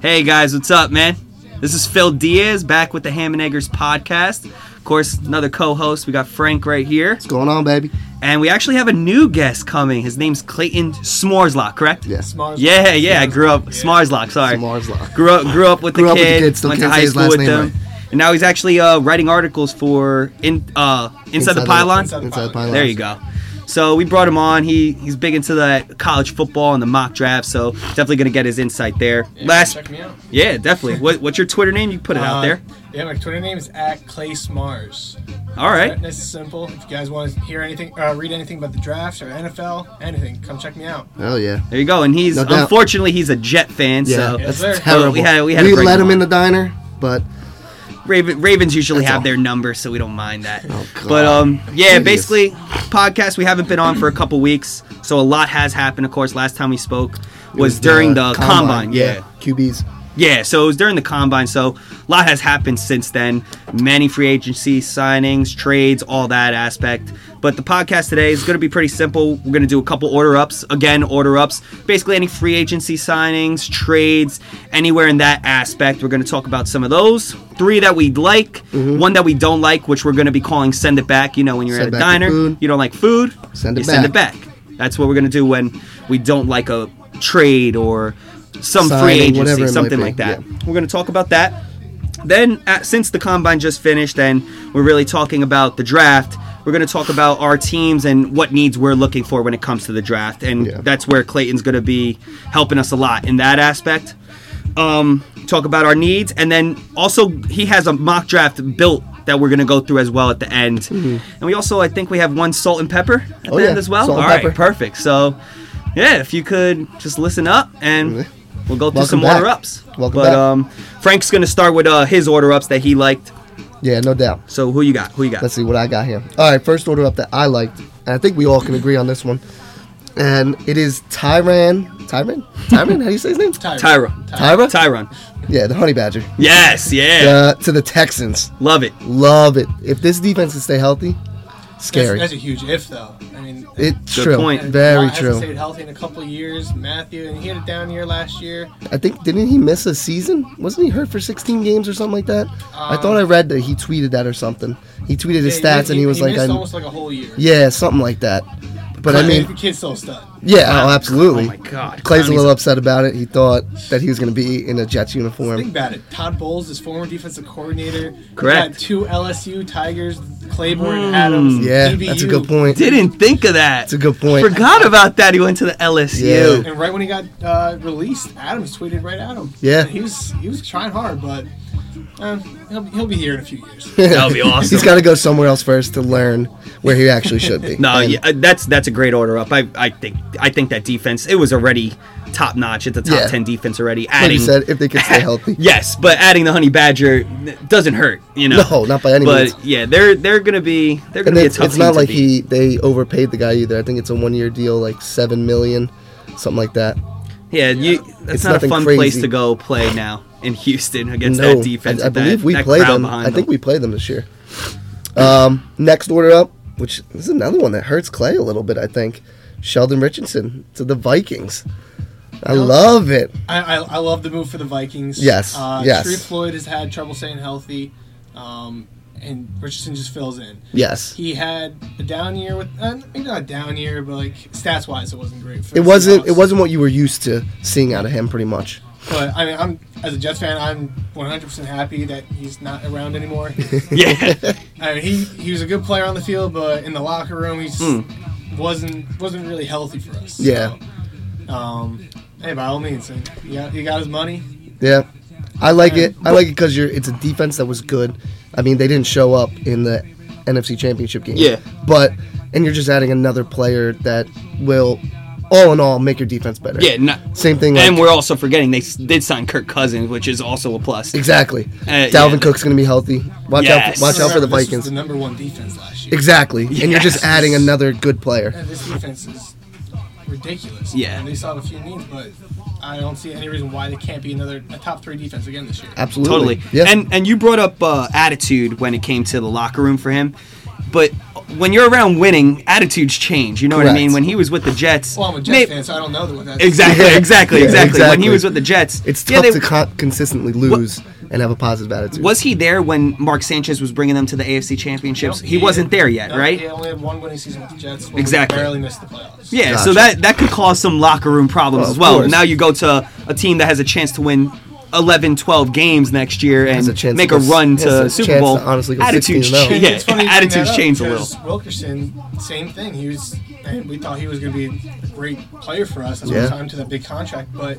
Hey guys, what's up, man? This is Phil Diaz back with the Ham and Eggers podcast. Of course, another co-host. We got Frank right here, What's going on, baby? and we actually have a new guest coming. His name's Clayton Smorslock, correct? Yes. Mars. Yeah, yeah. I grew up Smarslock. Sorry, Mars Law. grew up grew up with the Grew up with the kid. kid, still went to can't high say his school last with name them, right. and now he's actually uh, writing articles for in uh, Inside, the Pylon. Inside, Inside the the pylon. There you go. So we brought him on. He he's big into that college football and the mock draft. So definitely gonna get his insight there. Yeah, Last, check me out. yeah, definitely. What, what's your Twitter name? You can put it out Uh, there. Yeah, my Twitter name is at Clay Smars. All right. Nice and simple. If you guys want to hear anything, uh, read anything about the drafts or NFL, anything, come check me out. Oh yeah. There you go. And he's No doubt. unfortunately he's a Jet fan. Yeah. So Yes, That's sir. terrible. We had- we had to break let him him in off. the diner, but Raven, Ravens usually That's have all. Oh, their number, so we don't mind that. God. but um, yeah, Hideous. basically, podcast we haven't been on for a couple weeks, so a lot has happened. Of course, last time we spoke it was, during the, uh, combine. yeah. QBs. Yeah, so it was during the combine, so a lot has happened since then. Many free agency signings, trades, all that aspect. But the podcast today is going to be pretty simple. We're going to do a couple order ups. Again, order ups. Basically, any free agency signings, trades, anywhere in that aspect. We're going to talk about some of those. Three that we like, one that we don't like, which we're going to be calling send it back. You know, when you're Mm-hmm. Send at a back the diner, food. you don't like food, Send it you send it back. back. That's what we're going to do when we don't like a trade or some some free signing, whatever agency, it might something be, like that. yeah. We're going to talk about that. Then, at, since the combine just finished, and we're really talking about the draft, we're going to talk about our teams and what needs we're looking for when it comes to the draft, and Yeah. that's where Clayton's going to be helping us a lot in that aspect. Um, talk about our needs, and then also he has a mock draft built that we're going to go through as well at the end. And we also, I think, we have one salt and pepper at Hmm. Oh, the yeah. end as well. Salt All and right, pepper. perfect. So, yeah, if you could just listen up and we'll go through Welcome some back. order ups. Welcome but back. um, Frank's gonna start with uh, his order ups that he liked. Yeah, no doubt. So who you got? Who you got? Let's see what I got here. All right, first order up that I liked, and I think we all can agree on this one. And it is Tyran. Tyran? Tyran? How do you say his name? Tyra. Tyra? Tyron. Yeah, the honey badger. Yes. Yeah. Uh, to the Texans. Love it. Oh, Love it. If this defense can stay healthy, That's, scary. that's a huge if, though. I mean, It's Good true. point. and Very Watt hasn't true. Stayed healthy in a couple of years. Matthew, and he had a down year last year. I think didn't he miss a season? Wasn't he hurt for 16 games or something like that? I thought I read that he tweeted that or something. He tweeted his Yeah, stats and he was like, missed I, almost like a whole year. yeah, something like that. But I the mean, kid's still a stud. yeah, oh, absolutely. Oh my God, Clay's Clowney's a little upset about it. He thought that he was going to be in a Jets Think uniform. about it. Todd Bowles is former defensive coordinator. You Correct. Hmm. Got two LSU Tigers, Claiborne, Adams. E Yeah, DBU. that's a good point. Didn't think of that. That's a good point. Forgot about that. He went to the LSU. Yeah. And right when he got uh, released, Adams tweeted right at him. Yeah. And he was he was trying hard, but uh, he'll he'll be here in a few years. That would be awesome. He's got to go somewhere else first to learn where he actually should be. No, And- yeah, uh, that's that's a great order up. I, I think I think that defense it was already top notch at the top Yeah. ten defense already. Like Adding you said, if they can stay healthy. yes, but adding the honey badger n- doesn't hurt. You know, No, not by any but, means. But yeah, they're they're gonna be they're gonna And be then a tough it's not team like to beat. he they overpaid the guy either. I think it's a one year deal, like seven million, something like that. Yeah, you, that's It's not a nothing fun crazy. place to go play now in Houston against that defense. I, I with that- believe we that play crowd them. I behind think them. we play them this year. Um, next order up, which this is another one that hurts Clay a little bit. I think Sheldon Richardson to the Vikings. I love it. I, I I love the move for the Vikings. Yes, Uh, yes. Sharif Floyd has had trouble staying healthy, um, and Richardson just fills in. Yes, He had a down year with uh, maybe not a down year, but like stats wise, it wasn't great. For it the wasn't. It Seahawks. wasn't what you were used to seeing out of him. Pretty much. But I mean, I'm as a Jets fan, I'm 100% happy that he's not around anymore. yeah, I mean, he he was a good player on the field, but in the locker room, he just Hmm. wasn't wasn't really healthy for us. Yeah. So, um. Hey, by all means, and you got, you got his money. Yeah, I like it. I like it because you're. It's a defense that was good. I mean, they didn't show up in the NFC Championship game. Yeah. but and you're just adding another player that will, all in all, make your defense better. yeah. No, Same thing. and like- we're also forgetting they s- did sign Kirk Cousins, which is also a plus. exactly. Uh, Dalvin yeah. Cook's gonna be healthy. Watch out! Yes. For, watch out for the Remember, this was Vikings. the number one defense last year. exactly. And you're Yes. just adding another good player. And this defense is ridiculous. Yeah. And they saw a few needs, but I don't see any reason why they can't be another a top three defense again this year. Absolutely. Totally. Yeah. And and you brought up uh, attitude when it came to the locker room for him, but when you're around winning, attitudes change. You know what I Correct. mean? When he was with the Jets, Well, I'm a Jets may- fan, so I don't know what that's. Exactly, Yeah. exactly, Yeah, exactly. When he exactly. was with the Jets, It's yeah, tough they- to co- consistently lose and have a positive attitude. was he there when Mark Sanchez was bringing them to the AFC Championships? he wasn't there yet, No, right? He only had one winning season with the Jets. Where Exactly. We barely missed the playoffs. Yeah, so Gotcha. that that could cause some locker room problems Well, as of well. course. Now you go to a team that has a chance to win 11, 12 games next year and a chance make to a go s- run has to a Super chance Bowl. to honestly go attitudes 16 and change. oh. And it's funny Yeah, you bring that attitudes up change a little. because Wilkerson, same thing. He was, and we thought he was going to be a great player for us. That's Yeah. yeah. time to that big contract, but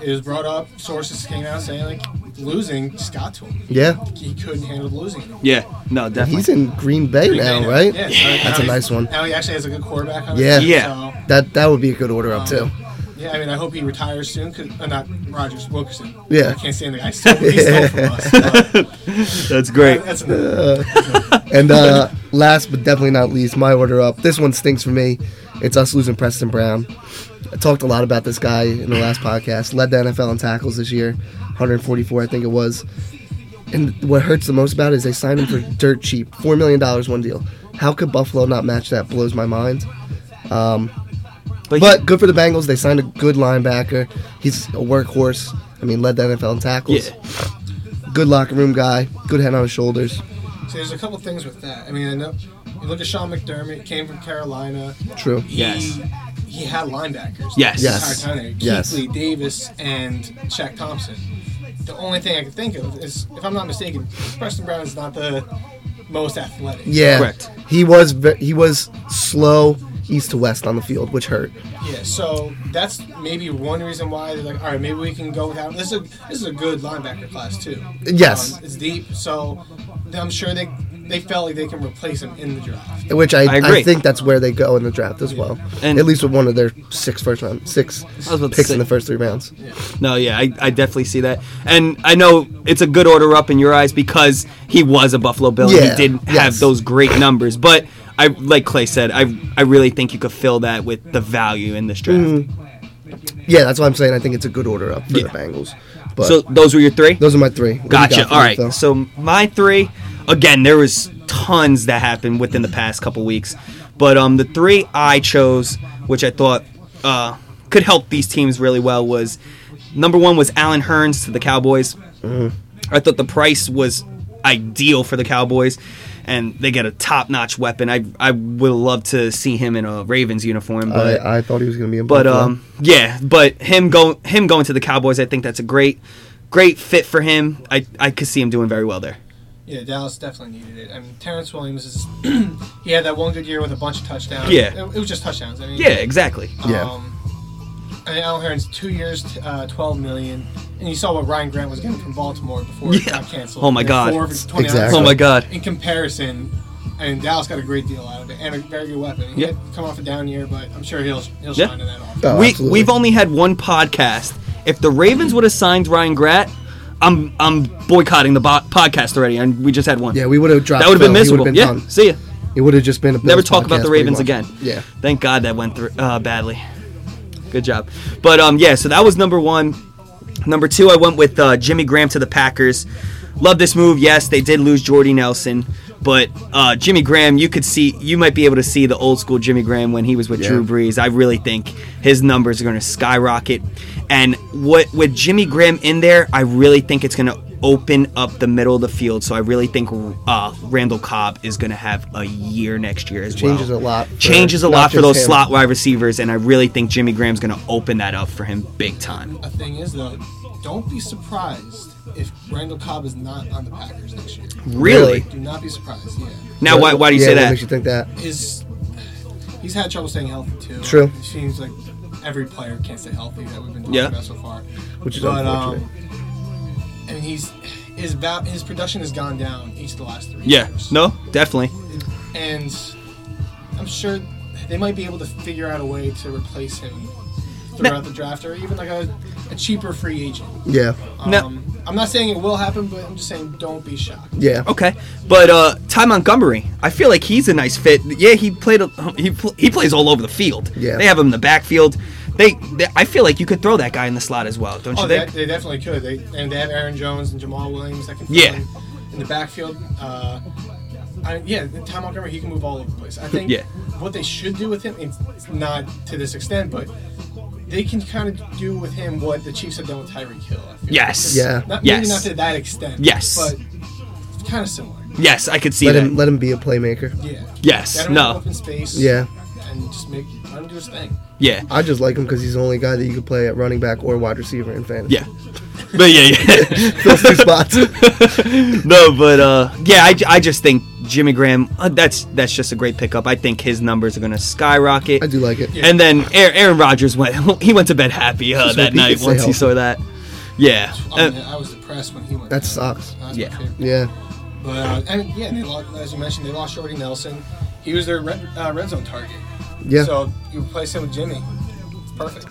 it was brought up. Sources came out saying like losing just got to him. yeah, He couldn't handle losing. Yeah, no, definitely. he's in Green Bay now, right? Yeah, so That's now a he- nice one. Now he actually has a good quarterback on Yeah. his team, Yeah. so- That that would be a good order up too. Um, Yeah, I mean, I hope he retires soon. Cause, uh, not Rogers, Wilkerson. Yeah. I can't stand the guy. Still, he's still from us. but That's great. That's another. And uh, last but definitely not least, my order up. This one stinks for me. It's us losing Preston Brown. I talked a lot about this guy in the last podcast. Led the NFL in tackles this year, 144, I think it was. And what hurts the most about it is they signed him for dirt cheap, four million dollars one deal. How could Buffalo not match that? Blows my mind. But, But good for the Bengals. They signed a good linebacker. He's a workhorse. I mean, led the NFL in tackles. Yeah. Good locker room guy. Good head on his shoulders. So there's a couple things with that. I mean, I know you look at Sean McDermott. Came from Carolina. True. He, Yes. He had linebackers. Yes. the entire Yes. time there. Yes. Keekly, Davis, and Shaq Thompson. The only thing I can think of is, if I'm not mistaken, Preston Brown is not the most athletic. Yeah, Correct. He was ve- he was slow east to west on the field, which hurt. Yeah, so that's maybe one reason why they're like, all right, maybe we can go without. This is a, this is a good linebacker class too. Yes. um, it's deep. So I'm sure they they felt like they can replace him in the draft. Which I, I I, agree. think that's where they go in the draft as well. And- At least with one of their six first round six was about to picks say- in the first three rounds. No, yeah, I, I definitely see that. And I know it's a good order up in your eyes because he was a Buffalo Bill and Yeah, he didn't have yes. those great numbers. But I like Clay said, I I really think you could fill that with the value in this draft. Mm-hmm. Yeah, that's what I'm saying. I think it's a good order up for Yeah. the Bengals. But So those were your three? those are my three. What do you got Gotcha. for All me, right. Phil? So my three, again, there was tons that happened within the past couple weeks, but um, the three I chose, which I thought uh, could help these teams really well, was number one was Alan Hearns to the Cowboys. Mm-hmm. I thought the price was ideal for the Cowboys, and they get a top-notch weapon. I I would love to see him in a Ravens uniform, but I, I thought he was going to be in. but Buffalo. um, yeah, but him going him going to the Cowboys, I think that's a great, great fit for him. I I could see him doing very well there. Yeah, Dallas definitely needed it. I mean, Terrence Williams is he had that one good year with a bunch of touchdowns. Yeah. it, it was just touchdowns. I mean, Yeah, exactly. Yeah. Um, and Al Hearns two years, t- uh, twelve million, and you saw what Ryan Grant was getting from Baltimore before it Yeah. got canceled. Oh my And God. four for 29. Exactly. Oh my God. in comparison, I mean Dallas got a great deal out of it and a very good weapon. He Yeah. had come off a down year, but I'm sure he'll he'll Yeah. shine in that offense. Oh, we absolutely. we've only had one podcast. If the Ravens would have signed Ryan Grant, I'm I'm boycotting the bo- podcast already, and we just had one. yeah, we would have dropped. that would have been Phil. He miserable. would've been yeah, done. see ya. It would have just been a Never Bills talk about the podcast pretty Ravens much. again. Yeah. Thank God that went through uh, badly. Good job. But um, yeah, so that was number one. Number two, I went with uh, Jimmy Graham to the Packers. Love this move. Yes, they did lose Jordy Nelson, but uh, Jimmy Graham, you could see, you might be able to see the old school Jimmy Graham when he was with Yeah. Drew Brees. I really think his numbers are going to skyrocket. And what with Jimmy Graham in there, I really think it's going to open up the middle of the field. So I really think uh, Randall Cobb is going to have a year next year as well. Changes a lot for- Changes a not lot for just those him. slot wide receivers, and I really think Jimmy Graham's going to open that up for him big time. The thing is though, don't be surprised if Randall Cobb is not on the Packers next year. Really? Do not be surprised. Yeah, Now, why, why do you yeah, say what that? Makes you think that. his he's had trouble staying healthy too. True. It seems like every player can't stay healthy that we've been talking Yeah. about so far. Which is unfortunate. I mean, he's his va- his production has gone down each of the last three. yeah, years. no, definitely. and I'm sure they might be able to figure out a way to replace him throughout the draft, or even like a, a cheaper free agent. Yeah. Um, No. I'm not saying it will happen, but I'm just saying don't be shocked. Yeah. Okay, but uh, Ty Montgomery, I feel like he's a nice fit. Yeah, he played. A, he pl- he plays all over the field. Yeah. they have him in the backfield. They, they, I feel like you could throw that guy in the slot as well, don't Oh, you they, think? they definitely could. They and they have Aaron Jones and Jamal Williams that can fill Yeah. in, in the backfield. Uh, I, yeah, Ty Montgomery, he can move all over the place. I think Yeah. what they should do with him, it's not to this extent, but they can kind of do with him what the Chiefs have done with Tyreek Hill. I feel Yes. Yeah. Not, Yes. Maybe not to that extent. Yes. But kind of similar. Yes, I could see Let that. him let him be a playmaker. Yeah. Yes, Let him no. Open space. Yeah. And just make let him do his thing. yeah. I just like him because he's the only guy that you could play at running back or wide receiver in fantasy. Yeah. But yeah, yeah. Those two spots. no, but uh, yeah, I, I just think Jimmy Graham. Uh, that's that's just a great pickup. I think his numbers are going to skyrocket. I do like it. And then Aaron, Aaron Rodgers went. He went to bed happy uh, Just that hope he night can stay once he healthy. saw that. Yeah. I, Uh, mean, Oh, I was depressed when he went. That down. sucks. That was my Yeah. favorite. Yeah. But uh, and yeah, and they lost, as you mentioned, they lost Shorty Nelson. He was their red, uh, red zone target. Yeah. So you replace him with Jimmy. It's perfect.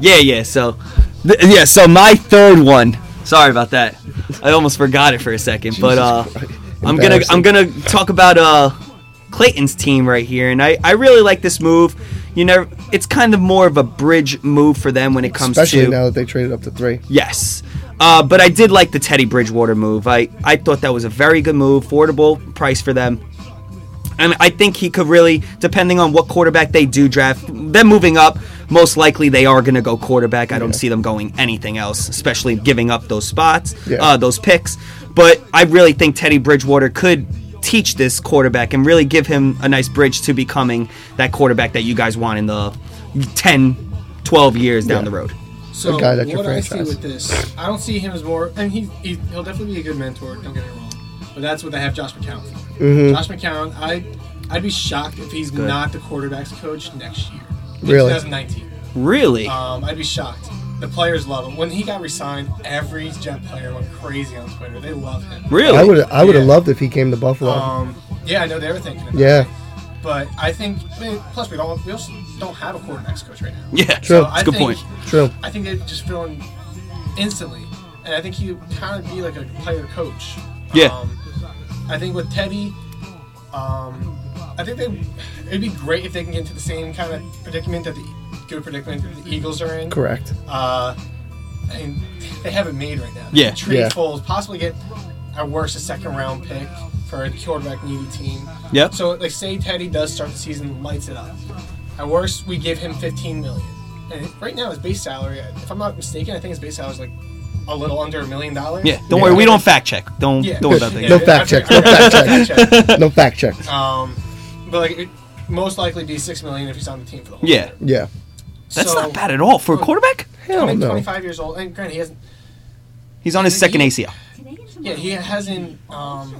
yeah, yeah. So, th- yeah. So my third one. Sorry about that. I almost forgot it for a second. but uh, Jesus Christ. I'm gonna I'm Embarrassing. gonna talk about uh Clayton's team right here, and I I really like this move. You never. It's kind of more of a bridge move for them when it comes Especially to now that they traded up to three. Yes. Uh, but I did like the Teddy Bridgewater move. I, I thought that was a very good move, affordable price for them. And I think he could really, depending on what quarterback they do draft, them moving up, most likely they are going to go quarterback. I don't see them going anything else, especially giving up those spots, Yeah. uh, those picks. But I really think Teddy Bridgewater could teach this quarterback and really give him a nice bridge to becoming that quarterback that you guys want in the 10, 12 years down Yeah. the road. So guy that your what I see franchise. with this, I don't see him as more, and he, he he'll definitely be a good mentor. Don't get me wrong, but that's what they have Josh McCown for. Mm-hmm. Josh McCown, I I'd be shocked if he's not the quarterbacks coach next year, Really? 2019. Really? Um, I'd be shocked. The players love him. When he got re-signed, every Jet player went crazy on Twitter. They love him. really? I would I would have Yeah. loved if he came to Buffalo. Um, yeah, I know they were thinking. About Yeah. It. But I think, I mean, plus we don't we also don't have a quarterbacks coach right now. Yeah, True. That's I a good think- um, point. True. I think they just fill in instantly, and I think he would kind of be like a player coach. Yeah. Um, I think with Teddy, um, I think they it'd be great if they can get into the same kind of predicament that the good predicament that the Eagles are in. Correct. Uh, I mean, they have it made right now. Yeah. Trade Yeah. Foles, possibly get at worst a second round pick for a quarterback needy team. Yep. So, like, say Teddy does start the season, lights it up. At worst, we give him 15 million. And right now, his base salary, if I'm not mistaken, I think his base salary is like a little under a million dollars. Yeah, don't worry. Yeah. We don't fact check. Don't Yeah. don't worry about that. Yeah. No fact check. No fact check. uh, No fact check. Um, but like, it most likely be six million if he's on the team for the whole Yeah, year. Yeah. that's So- not bad at all for a quarterback. Hell I mean, no. 25 years old, and granted, he hasn't. He's on his second ACL. Yeah, he hasn't. Um,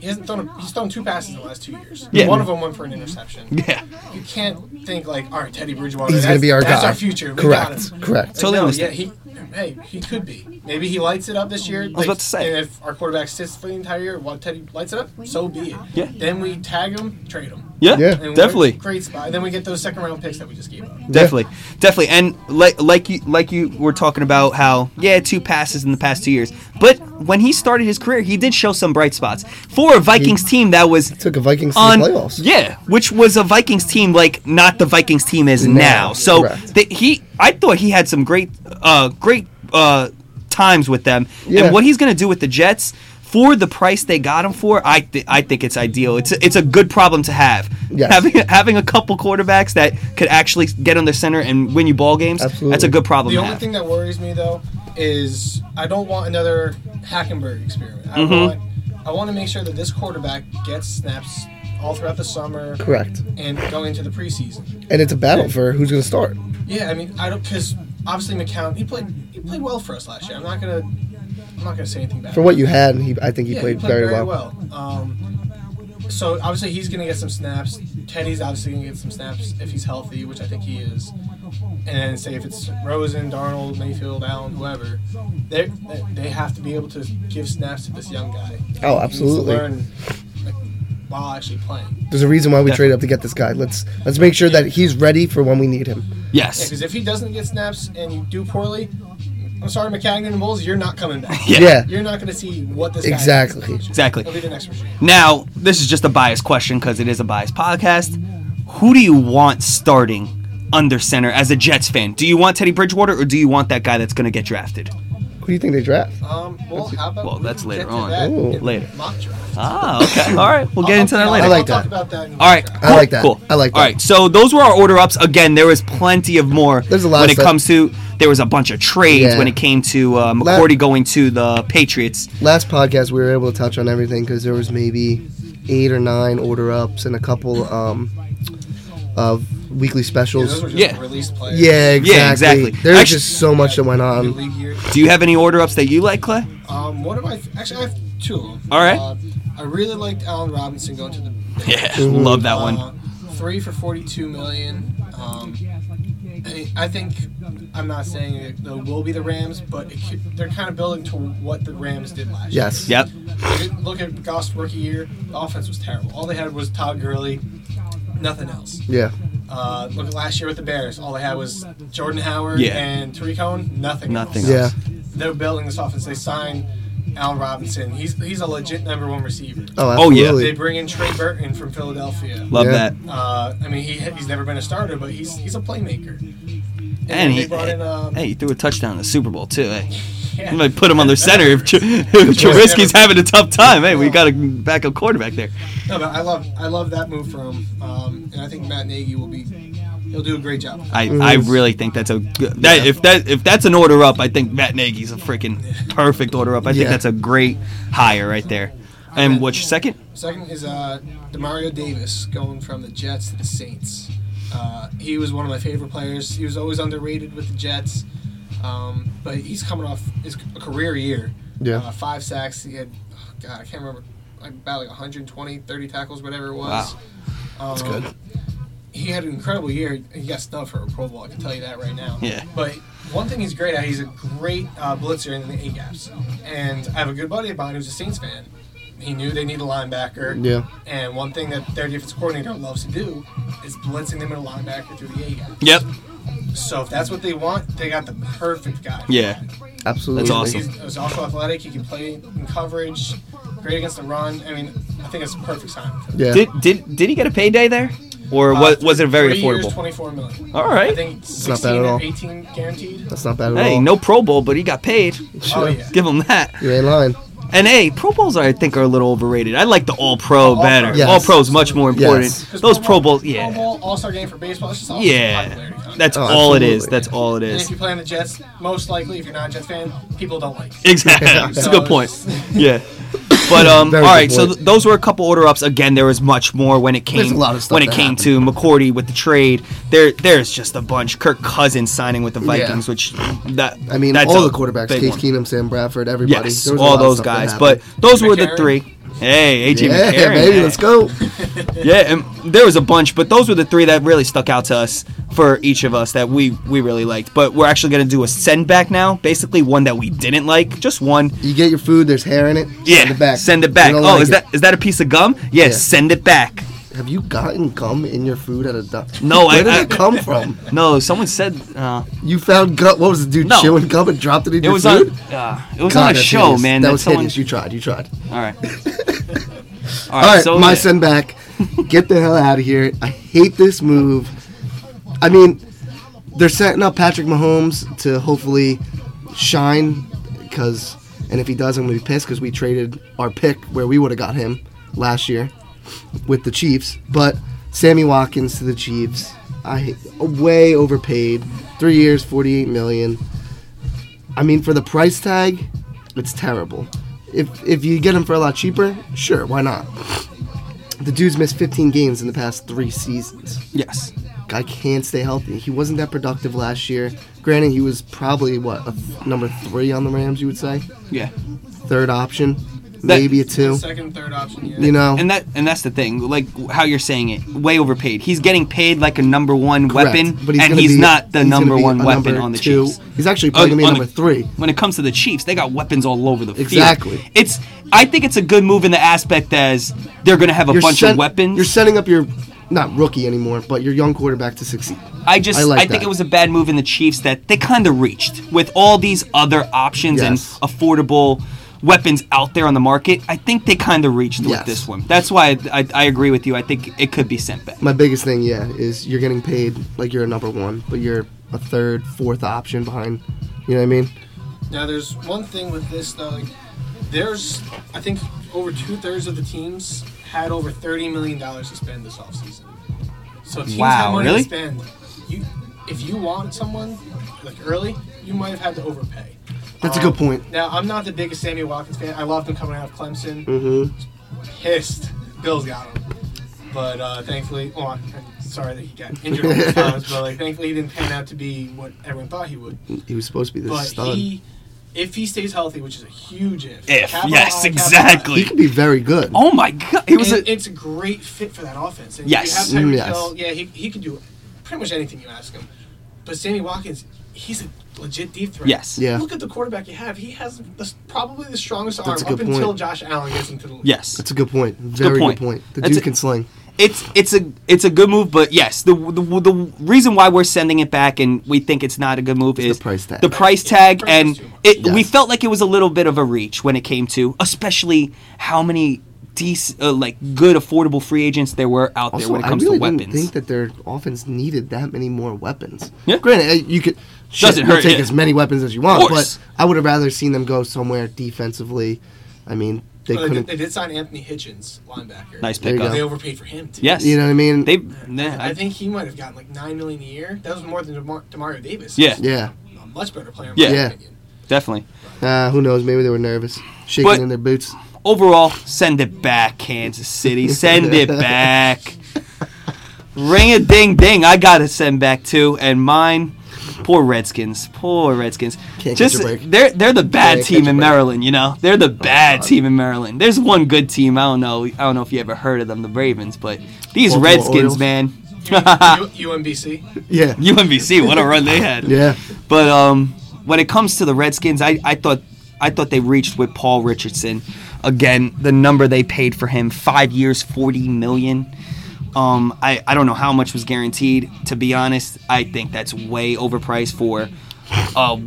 he hasn't thrown. A, he's thrown two passes in the last two years. Yeah. One of them went for an interception. Yeah, You can't think like, all right, Teddy Bridgewater. He's gonna that's- be our That's guy. our future. We got Correct. him. Correct. Totally no, yeah, understand. he, hey, he could be. Maybe he lights it up this year. I was about to say. And if our quarterback sits for the entire year while Teddy lights it up, so be it. Yeah. Then we tag him, trade him. yeah, Yeah. And we're definitely, Great spot. Then we get those second round picks that we just gave up. definitely, definitely. And like like you like you were talking about how yeah, two passes in the past two years. But when he started his career, he did show some bright spots for a Vikings team that was Took a Vikings to on the playoffs. yeah, which was a Vikings team like not the Vikings team is No, now. So correct. th- he, I thought he had some great, uh, great uh, times with them, Yeah. and what he's going to do with the Jets for the price they got him for, I th- I think it's ideal. It's a, it's a good problem to have. Yes. Having having a couple quarterbacks that could actually get on their center and win you ball games, that's Absolutely. a good problem The to only have. thing that worries me though is I don't want another Hackenberg experiment. Mm-hmm. I want I want to make sure that this quarterback gets snaps all throughout the summer Correct. and going into the preseason. And it's a battle for who's gonna start. Yeah, I mean I don't because obviously McCown he played he played well for us last year. I'm not gonna I'm not gonna say anything bad For what you had, he I think he yeah, played, very, well. Um, so obviously he's gonna get some snaps. Teddy's obviously gonna get some snaps if he's healthy, which I think he is. And then say if it's Rosen, Darnold, Mayfield, Allen, whoever, they they have to be able to give snaps to this young guy. Oh, He needs absolutely. to learn like, while actually playing. There's a reason why we Definitely. traded up to get this guy. Let's let's make sure that he's ready for when we need him. Yeah, yes. because if he doesn't get snaps and you do poorly, I'm sorry, McCagnon and Bulls, you're not coming back. Yeah. Yeah. You're not gonna see what this guy is. Exactly. Exactly. He'll be the next regime. Now, this is just a biased question because it is a biased podcast. Who do you want starting under center as a Jets fan? Do you want Teddy Bridgewater or do you want that guy that's going to get drafted? Who do you think they draft? Um, well, how about Well, we that's later get to on. that Ooh. in Later. Mock draft. Ah, okay. All right. We'll get I'll- into that I'll- later. I like I'll that. Talk about that in All right. mock I draft. cool, like that. Cool. I like All that. right. So those were our order ups. Again, there was plenty of more. There's a lot when of it stuff. comes to. There was a bunch of trades Yeah. when it came to uh, La- McCourty going to the Patriots. Last podcast, we were able to touch on everything because there was maybe eight or nine order ups and a couple um, of weekly Yeah, those specials. were just Yeah. released players. Yeah, um, exactly. Yeah, exactly. There's Actu- just so much that went on. League year. Do you have any order ups that you like, Clay? Um, what am I? Actually, I have two. of 'em. All right. Uh, I really liked Allen Robinson going to the. Yeah, Mm-hmm. love that Uh, one. three for forty-two million. Um, I- I think I'm not saying it though, will be the Rams, but it, could- they're kind of building to what the Rams did last year. Yes. Yep. Look at Goff's rookie year. The offense was terrible. All they had was Todd Gurley, nothing else. Yeah. Uh, look at last year with the Bears. All they had was Jordan Howard Yeah. and Tariq Cohen. Nothing. Nothing Else. Yeah. They're building this offense. They signed Allen Robinson. He's he's a legit number one receiver. Oh, Oh, yeah. absolutely. They bring in Trey Burton from Philadelphia. Love Yeah. that. Uh, I mean, he, he's never been a starter, but he's he's a playmaker. And, And they he, brought in um, hey, he threw a touchdown in the Super Bowl too. Hey, yeah. you might put him on their center if, Tr- if Trubisky's having a tough time. Hey, we got a backup quarterback there. No, but I love I love that move from him, um, and I think Matt Nagy will be he'll do a great job. I, I Mm-hmm. really think that's a good- that if that if that's an order up, I think Matt Nagy's a freaking perfect order up. I think Yeah. that's a great hire right there. And what's your second? Second is uh, Demario Davis going from the Jets to the Saints. Uh, he was one of my favorite players. He was always underrated with the Jets, um, but he's coming off his a career year. Yeah. Uh, five sacks. He had, oh, God, I can't remember, like about like 120, 30 tackles, whatever it was. Wow. Um, That's good. He had an incredible year. He got snubbed for a Pro Bowl. I can tell you that right now. Yeah. But one thing he's great at, he's a great uh, blitzer in the A gaps. And I have a good buddy of mine who's a Saints fan. He knew they need a linebacker. Yeah. And one thing that their defense coordinator loves to do is blitzing them in a linebacker through the A gap. Yep, So if that's what they want, they got the perfect guy. yeah, Absolutely. That's awesome. He's, he's also athletic. He can play in coverage. Great against the run. I mean, I think it's a perfect sign. for them. Yeah. Did did did he get a payday there, or was Uh, was it very three Years, affordable? Twenty-four million. All I right. think not 16 bad at or all. 18 guaranteed. That's not bad at Hey, all. no Pro Bowl, but he got paid. Oh yeah. Give him that. You ain't lying. And hey, Pro Bowls are, I think are a little overrated. I like the All Pro All-Pro. better. Yes. All Pro is much more important. Yes. 'Cause Those Pro Bowls, Pro yeah, Bowl, All Star game for baseball. It's just all yeah, popularity contest. that's Oh, all it is. absolutely. That's all it And if is. you play on the Jets, most likely, if you're not a Jets fan, people don't like. it. Exactly. That's a good So point. it's- Yeah. But um, all Very right. good So point. th- those were a couple order ups. Again, there was much more when it There's came a lot of stuff when it that came to McCourty with the trade. There, there's just a bunch. Kirk Cousins signing with the Vikings, which that I mean, that's all a the quarterbacks, big Case one. Keenum, Sam Bradford, everybody. Yes, There was a all lot of those stuff that guys. But happened. those were the McCarron. three. Hey, AJ yeah, McCarron, baby, man. let's go. Yeah, and there was a bunch, but those were the three that really stuck out to us for each of us that we we really liked. But we're actually gonna do a send back now. Basically, one that we didn't like, just one. You get your food. There's hair in it. Yeah, Send it back. Send it You back. Oh, don't like is it. that is that a piece of gum? Yes, Yeah. send it back. Have you gotten gum in your food at a duck? No, Where I- did I- it come from? No, someone said uh, You found gum. What was the dude No. chewing gum and dropped it in it your was food? on uh, it was God, on a that's show, hideous. man. That was someone, hideous. You tried. You tried. All right. All All right, so my yeah. send back. Get the hell out of here. I hate this move. I mean, they're setting up Patrick Mahomes to hopefully shine, because and if he doesn't, we'll be pissed because we traded our pick where we would have got him last year with the Chiefs. But Sammy Watkins to the Chiefs, I way overpaid. Three years, forty-eight million. I mean, for the price tag, it's terrible. If if you get him for a lot cheaper, sure, why not? The dude's missed 15 games in the past three seasons. Yes. Guy can't stay healthy. He wasn't that productive last year. Granted, he was probably what a th- number three on the Rams, you would say, Yeah. third option, maybe a two. Second, third option. Yeah. You know, And that and that's the thing, like how you're saying it, way overpaid. He's getting paid like a number one Correct. weapon, But he's and gonna he's be- not the he's gonna number be one a weapon number on the two. Chiefs. He's actually Oh, probably gonna be on number the- three. When it comes to the Chiefs, they got weapons all over the field. Exactly. It's I think it's a good move in the aspect as they're going to have a bunch sen- of weapons. You're setting up your not rookie anymore, but your young quarterback to succeed. I just I, I like think that. it was a bad move in the Chiefs that they kind of reached with all these other options Yes. and affordable weapons out there on the market. I think they kind of reached with Yes. this one. That's why I, I, I agree with you. I think it could be sent back. My biggest thing, yeah, is you're getting paid like you're a number one, but you're a third, fourth option behind. You know what I mean? Now, there's one thing with this though. Like, there's I think over two thirds of the teams had over thirty million dollars to spend this offseason. So teams Wow, have money really? to spend. You, if you want someone like early, you might have had to overpay. Uh, That's a good point. Now, I'm not the biggest Sammy Watkins fan. I loved him coming out of Clemson. Mm-hmm. Pissed. Bills got him. But uh, thankfully, well, I'm sorry that he got injured all those times, but like, thankfully he didn't pan out to be what everyone thought he would. He was supposed to be But this stud. He, he, if he stays healthy, which is a huge if. If capital I, yes, capital I, exactly. could be very good. Oh my god, it was it- a it's a great fit for that offense. And Yes. You have Tyreek Mm, yes. Hill, yeah, he, he can do pretty much anything you ask him. But Sammy Watkins, he's a legit deep threat. Yes. Yeah. Look at the quarterback you have. He has the, probably the strongest arm That's up a good until point. Josh Allen gets into the league. yes. That's a good point. Very good point. point. The That's dude a- can sling. it's it's a it's a good move, but yes, the the, the reason why we're sending it back and we think it's not a good move the is price tag. The price Yeah, tag, price is and too much. it, we Yes. felt like it was a little bit of a reach when it came to, especially how many decent, uh, like good, affordable free agents there were out there Also, when it I comes really to didn't weapons. think that their offense needed that many more weapons. Yeah. Granted, eh, you could shit, Doesn't you'll hurt, take yeah. as many weapons as you want, course. but I would have rather seen them go somewhere defensively. I mean, they Uh, Well, They, did, couldn't. they did sign Anthony Hitchens, linebacker. nice There you pickup. They go. overpaid for him too. Yes, you know what I mean? they. Nah, I think he might have gotten like nine million a year. That was more than Demar- Demario Davis. Yeah. yeah. a much better player. In Yeah. my Yeah. opinion. definitely. Uh, who knows? Maybe they were nervous, shaking But- in their boots. Overall, send it back, Kansas City. Send it back. Ring a ding ding. I gotta send back too, and mine. Poor Redskins. Poor Redskins. Can't catch Just a break. they're they're the bad Can't team catch a in break. Oh, Maryland. You know they're the bad God. team in Maryland. There's one good team. I don't know. I don't know if you ever heard of them, the Ravens. But these Baltimore Redskins, Orioles. man. U- UMBC. Yeah. UMBC. What a run they had. Yeah. But um, when it comes to the Redskins, I, I thought I thought they reached with Paul Richardson. Again, the number they paid for him five years, forty million. Um, I, I don't know how much was guaranteed. To be honest, I think that's way overpriced for uh,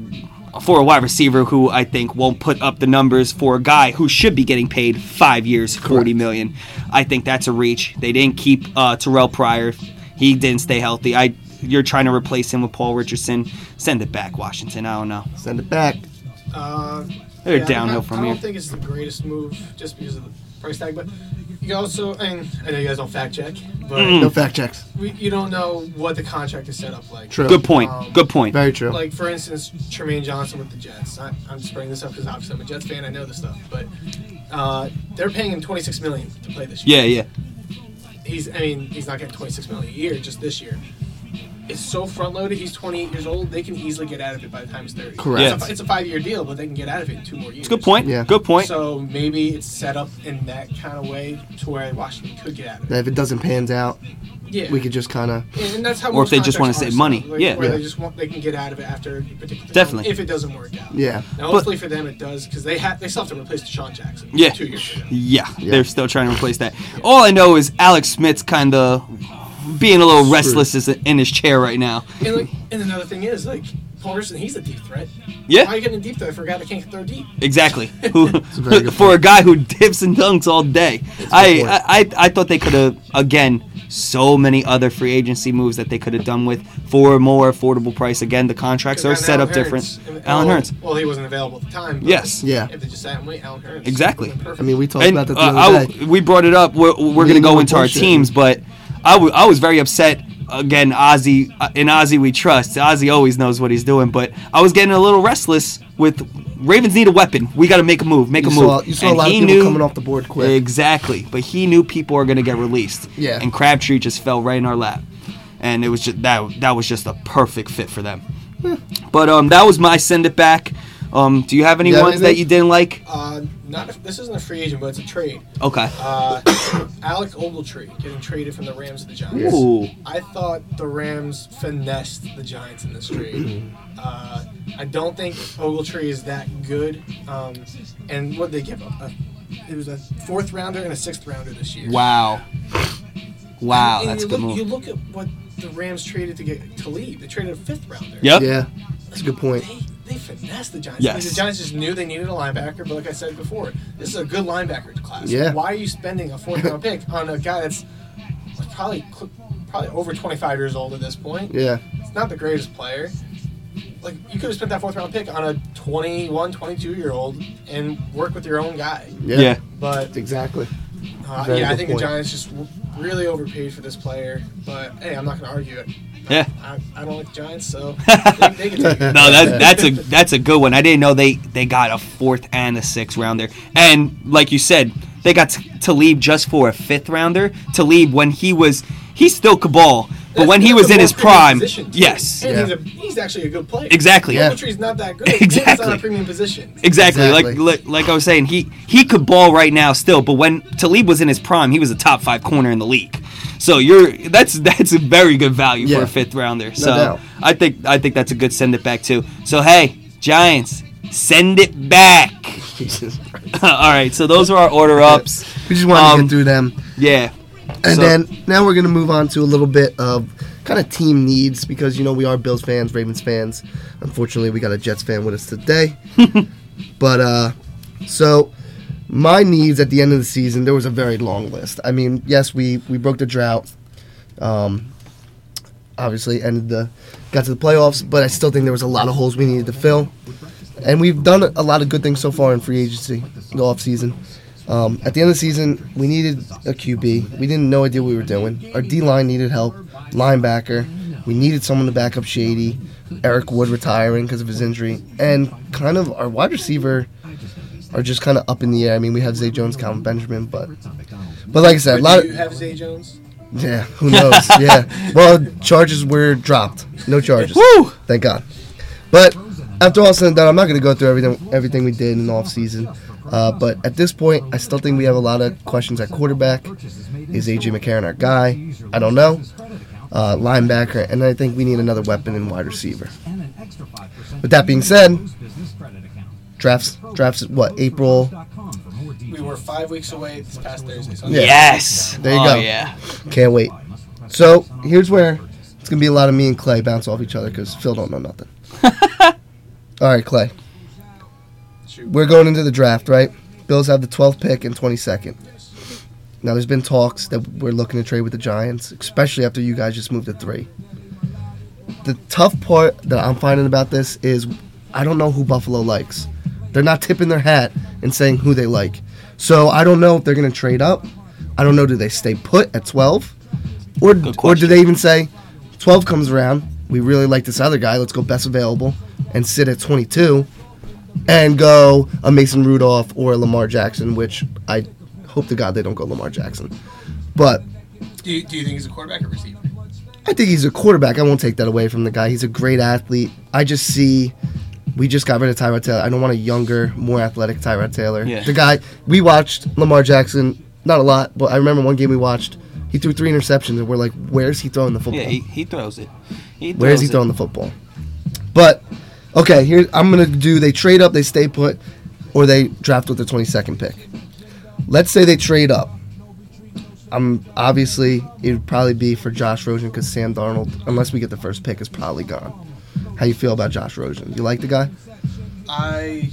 for a wide receiver who I think won't put up the numbers for a guy who should be getting paid five years, forty million. I think that's a reach. They didn't keep uh, Terrell Pryor. He didn't stay healthy. I you're trying to replace him with Paul Richardson. Send it back, Washington. I don't know. Send it back. Uh, They're yeah, downhill I, don't- from I here. don't think it's the greatest move just because of the price tag, but you also and I know you guys don't fact check, but Mm-hmm. Mm. No fact checks. we, you don't know what the contract is set up like. True. Good point. Um, Good point. Very true. Like for instance, Tremaine Johnson with the Jets. I, I'm just bringing this up because obviously I'm a Jets fan. I know this stuff, but uh, they're paying him 26 million to play this Yeah, year. yeah. he's I mean he's not getting 26 million a year just this year. It's so front loaded. He's 28 years old. They can easily get out of it by the time he's 30. Correct. It's a, it's a five year deal, but they can get out of it in two more years. It's a good point. Yeah. Good point. So maybe it's set up in that kind of way to where Washington could get out of it. If it doesn't pans out, Yeah. we could just kind of. And and that's how. Or most if they just wanna contracts save are, money. so, like, Yeah. Where Yeah. they just want they can get out of it after a particular. time, Definitely. if it doesn't work out. Yeah. But- Now hopefully for them it does because they have they still have to replace Deshaun Jackson. Yeah. Two years ago. Yeah, Yeah. they're still trying to replace that. All I know is Alex Smith's kind of being a little restless is- in his chair right now. And, like, and another thing is like Paulson, he's a deep threat. Yeah. Why are you getting a deep threat for a guy that can't throw deep? Exactly. Who, a very good for a guy who dips and dunks all day, I, point. I I I thought they could have again so many other free agency moves that they could have done with for a more affordable price. Again, the contracts are Because set Allen up Hurts- different. and Alan Hurts. Well, he wasn't available at the time. but Yes. Yeah. If they just sat and wait, Alan Hurts. Exactly. would've been perfect. I mean, we talked And, about that the uh, other I- day. we brought it up. We're, we're Me going to and you go were into our bullshitting. teams, but I wa- I was very upset. Again, Ozzy, uh, in Ozzy we trust. Ozzy always knows what he's doing, but I was getting a little restless with Ravens need a weapon. We got to make a move, make You a move. saw, you saw a And lot of he people knew- coming off the board quick. Exactly. But he knew people are going to get released. Yeah. And Crabtree just fell right in our lap. And it was just that that was just a perfect fit for them. but um that was my send it back. Um do you have any Yeah, ones that maybe- you didn't like? Uh, not if, this isn't a free agent, but it's a trade. Okay. Uh, Alec Ogletree getting traded from the Rams to the Giants. Ooh. I thought the Rams finessed the Giants in this trade. uh, I don't think Ogletree is that good. Um, and what they give up? A, it was a fourth rounder and a sixth rounder this year. Wow. Wow, And that's a you good look, You move. look at what the Rams traded to get Talib. They traded a fifth rounder. Yep. Yeah. That's a good point. They, they finessed the Giants. Yes. The Giants just knew they needed a linebacker, but like I said before, this is a good linebacker class. Yeah. Why are you spending a fourth round pick on a guy that's probably probably over 25 years old at this point? Yeah. It's not the greatest player. like you could have spent that fourth round pick on a 21, 22 year old and work with your own guy. Yeah. yeah. But Exactly. uh, Very yeah, I good think point. the Giants just w- really overpaid for this player. But hey, I'm not gonna argue it. Yeah. I, I don't like the Giants, so they, they can take it. No, that's that's a that's a good one. I didn't know they they got a fourth and a sixth rounder, and like you said, they got t- Talib just for a fifth rounder. Talib when he was he still could ball, but when he That's was a in more his premium prime, position, too. yes, And he's, Yeah. a, he's actually a good player. exactly. Yeah. Ogletree's not that good. and He's Exactly. not a premium position. Exactly. Exactly. Like, like like I was saying, he he could ball right now still, but when Talib was in his prime, he was a top five corner in the league. So you're that's that's a very good value for Yeah. a fifth rounder. so doubt. I think I think that's a good send it back too. So hey, Giants, send it back. Jesus. All right. So those are our order ups. We just wanted to Um, get through them. Yeah. And So- then now we're going to move on to a little bit of kind of team needs because you know we are Bills fans, Ravens fans. Unfortunately, we got a Jets fan with us today. but uh so my needs at the end of the season, there was a very long list. I mean, yes, we we broke the drought. Um obviously ended the got to the playoffs, but I still think there was a lot of holes we needed to fill. And we've done a lot of good things so far in free agency, the off season. Um, at the end of the season, we needed a QB. We didn't no idea what we were doing. Our D line needed help. Linebacker. We needed someone to back up Shady. Eric Wood retiring because of his injury, and kind of our wide receiver are just kind of up in the air. I mean, we have Zay Jones, Calvin Benjamin, but but like I said, a lot Do you of have Zay Jones? yeah, who knows? yeah, well, charges were dropped. No charges. Woo! Thank God. But after all said and done, I'm not going to go through everything everything we did in the offseason. Uh, but at this point, I still think we have a lot of questions at quarterback. Is AJ McCarron our guy? I don't know. Uh, linebacker, and I think we need another weapon in wide receiver. With that being said, Drafts, drafts, what, April? We were five weeks away this past Thursday. So Yeah. Yes. There you oh, go. Yeah. Can't wait. So here's where it's going to be a lot of me and Clay bounce off each other because Phil don't know nothing. all right, Clay. Shoot. We're going into the draft, right? Bills have the 12th pick and 22nd. Now, there's been talks that we're looking to trade with the Giants, especially after you guys just moved to three. The tough part that I'm finding about this is I don't know who Buffalo likes. They're not tipping their hat and saying who they like. So I don't know if they're going to trade up. I don't know, do they stay put at 12? Or, or do question. they even say, 12 comes around, we really like this other guy, let's go best available and sit at 22 and go a Mason Rudolph or a Lamar Jackson, which I hope to God they don't go Lamar Jackson. But Do you, do you think he's a quarterback or receiver? I think he's a quarterback. I won't take that away from the guy. He's a great athlete. I just see we just got rid of Tyrod Taylor. I don't want a younger, more athletic Tyrod Taylor. Yeah. The guy we watched Lamar Jackson, not a lot, but I remember one game we watched. He threw three interceptions, and we're like, "Where's he throwing the football? Yeah. He, he throws it. He Where is he throws it. throwing the football? But okay, here I'm gonna do. They trade up, they stay put, or they draft with the 22nd pick. Let's say they trade up. I'm obviously it would probably be for Josh Rosen because Sam Darnold, unless we get the first pick, is probably gone. How you feel about Josh Rosen? You like the guy? I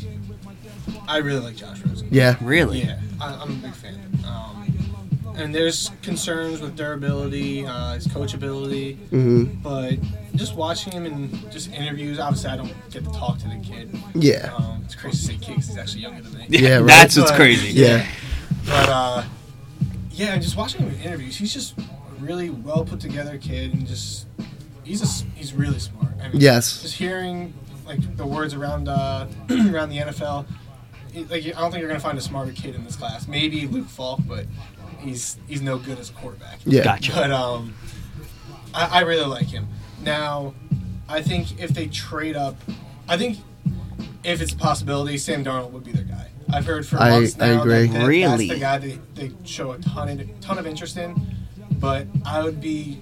I really like Josh Rosen. Yeah. Really? Yeah, I, I'm a big fan. Um, and there's concerns with durability, uh, his coachability, hmm but just watching him in just interviews, obviously I don't get to talk to the kid. Yeah. Um, it's crazy to say kid 'cause he's actually younger than me. Yeah, right. That's what's But- crazy. Yeah. But uh, yeah, and just watching him in interviews, he's just a really well put together kid, and just he's a s he's really smart. I mean, Yes. Just hearing like the words around uh, around the NFL, it- like I don't think you're gonna find a smarter kid in this class. Maybe Luke Falk, but he's he's no good as a quarterback. Yeah. Gotcha. But um, I, I really like him. Now, I think if they trade up, I think if it's a possibility, Sam Darnold would be their guy. I've heard for I- months I now agree. That, that Really? that's the guy they, they show a ton of, ton of interest in. But I would be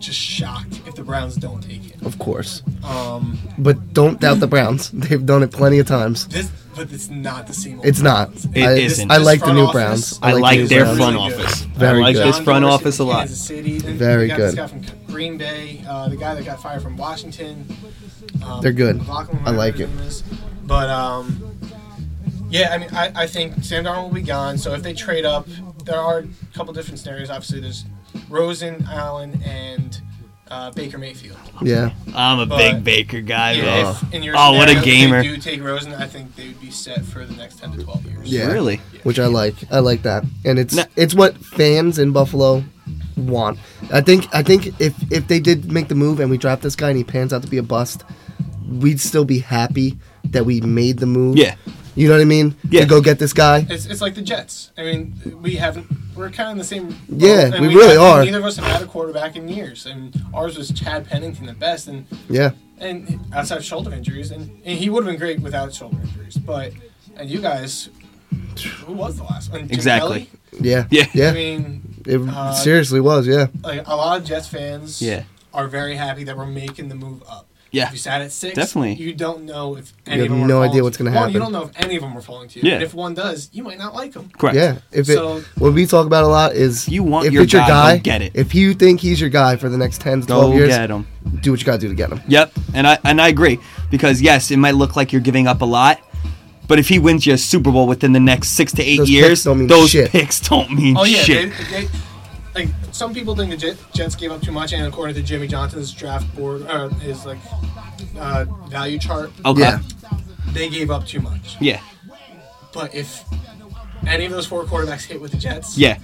just shocked if the Browns don't take him. Of course. Um, But don't doubt the Browns. They've done it plenty of times. this, but it's not the same. old It's not. Browns. It I, isn't. I like This the new front Browns. office- I the like new their Browns. front Really good. office. Very I like good. this John front Dorsey office a from lot. Kansas City. Then Very they got This good. guy from Green Bay, uh, the guy that got fired from Washington. Um, They're good. Lachlan, I like whatever it. his name is. But um, yeah, I mean, I, I think Sam Darnold will be gone. So if they trade up, there are a couple different scenarios. Obviously, there's Rosen, Allen, and uh, uh, Baker Mayfield. Yeah. I'm a But- big Baker guy, Yeah, man. if in your Oh, what a scenario, if gamer. They do take Rosen. I think they would be set for the next ten to twelve years. Yeah. Really? Which I like. I like that. And it's No- it's what fans in Buffalo want. I think I think if if they did make the move and we dropped this guy and he pans out to be a bust, we'd still be happy that we made the move. Yeah. You know what I mean? Yeah. To go get this guy. It's, it's like the Jets. I mean, we haven't. We're kind of in the same. boat, Yeah, and we really haven't- are. Neither of us have had a quarterback in years, and ours was Chad Pennington, the best, and Yeah. and outside of shoulder injuries, and, and he would have been great without shoulder injuries. But and you guys, who was the last one? Jim Exactly. Kelly? Yeah. Yeah. Yeah. I mean, it uh, seriously was, yeah. like a lot of Jets fans, Yeah. are very happy that we're making the move up. Yeah. If you sat at six, Definitely. you don't know if any have of them are no falling idea what's gonna well, You happen. don't know if any of them are falling to you. Yeah. And if one does, you might not like him. Correct. Yeah. If it So- what we talk about a lot is You want if your it's your guy, guy, go get it. If you think he's your guy for the next ten to twelve Go years, get him. do what you gotta do to get him. Yep, and I and I agree because yes, it might look like you're giving up a lot, but if he wins you a Super Bowl within the next six to eight Those years, picks don't mean those shit. picks don't mean Oh yeah, shit. They, they, like some people think the Jet, Jets gave up too much, and according to Jimmy Johnson's draft board, or his like uh, value chart, okay. Yeah. Yeah. they gave up too much. yeah, But if any of those four quarterbacks hit with the Jets, yeah,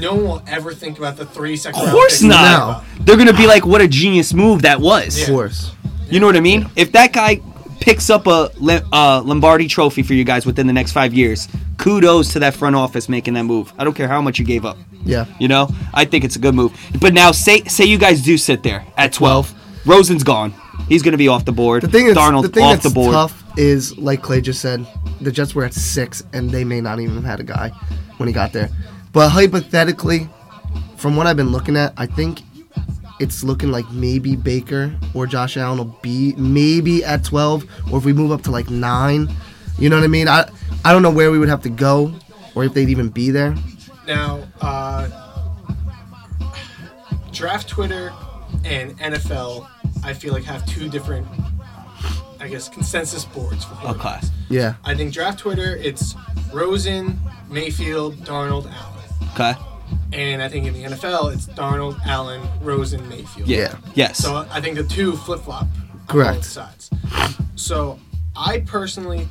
no one will ever think about the three second. Of course not. They're gonna be like, what a genius move that was. Yeah. Of course. You know what I mean? If that guy picks up a Lem- uh, Lombardi Trophy for you guys within the next five years, kudos to that front office making that move. I don't care how much you gave up. Yeah. You know, I think it's a good move. But now, say say you guys do sit there at twelve, Rosen's gone. He's gonna be off the board. The thing is, Darnold the thing off that's the board. tough is like Clay just said, the Jets were at six, and they may not even have had a guy when he got there. But hypothetically, from what I've been looking at, I think it's looking like maybe Baker or Josh Allen will be maybe at twelve, or if we move up to like nine, you know what I mean? I I don't know where we would have to go, or if they'd even be there. Now, uh, draft Twitter and NFL, I feel like have two different, I guess, consensus boards for Okay. quarterbacks. Yeah, I think draft Twitter, it's Rosen, Mayfield, Darnold, Allen. Okay. And I think in the NFL, it's Darnold, Allen, Rosen, Mayfield. Yeah. Yeah. Yes. So uh, I think the two flip flop on Correct. both sides. So I personally,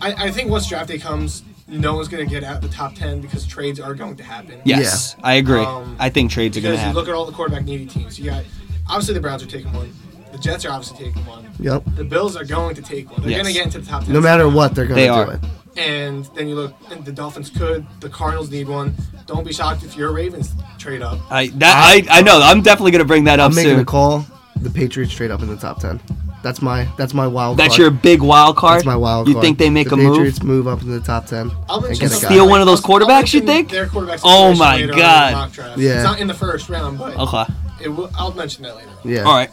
I, I think once draft day comes, no one's going to get out the top 10 because trades are going to happen. yes, I agree. Um, I think trades are gonna Because you happen. look at all the quarterback needy teams. You got, obviously, the Browns are taking one. The Jets are obviously taking one. Yep. The Bills are going to take one. They're Yes. going to get into the top 10. no matter what, they're gonna They do are. it. And then you look, and the Dolphins could, the Cardinals need one. Don't be shocked if your Ravens trade up. I that I, I know. I'm definitely gonna bring that up I'm making soon. a call. The Patriots straight up in the top ten. That's my that's my wild. That's card. your big wild card. That's my wild You card. think they make the a Patriots move? move up into the top ten I'll and mention get a some- guy? Steal one of those I'll- I'll quarterbacks, you mention think? Their quarterbacks Oh situation my later on in the God. mock draft. Yeah. It's not in the first round, but Okay. it will, I'll mention that later. Yeah. All right.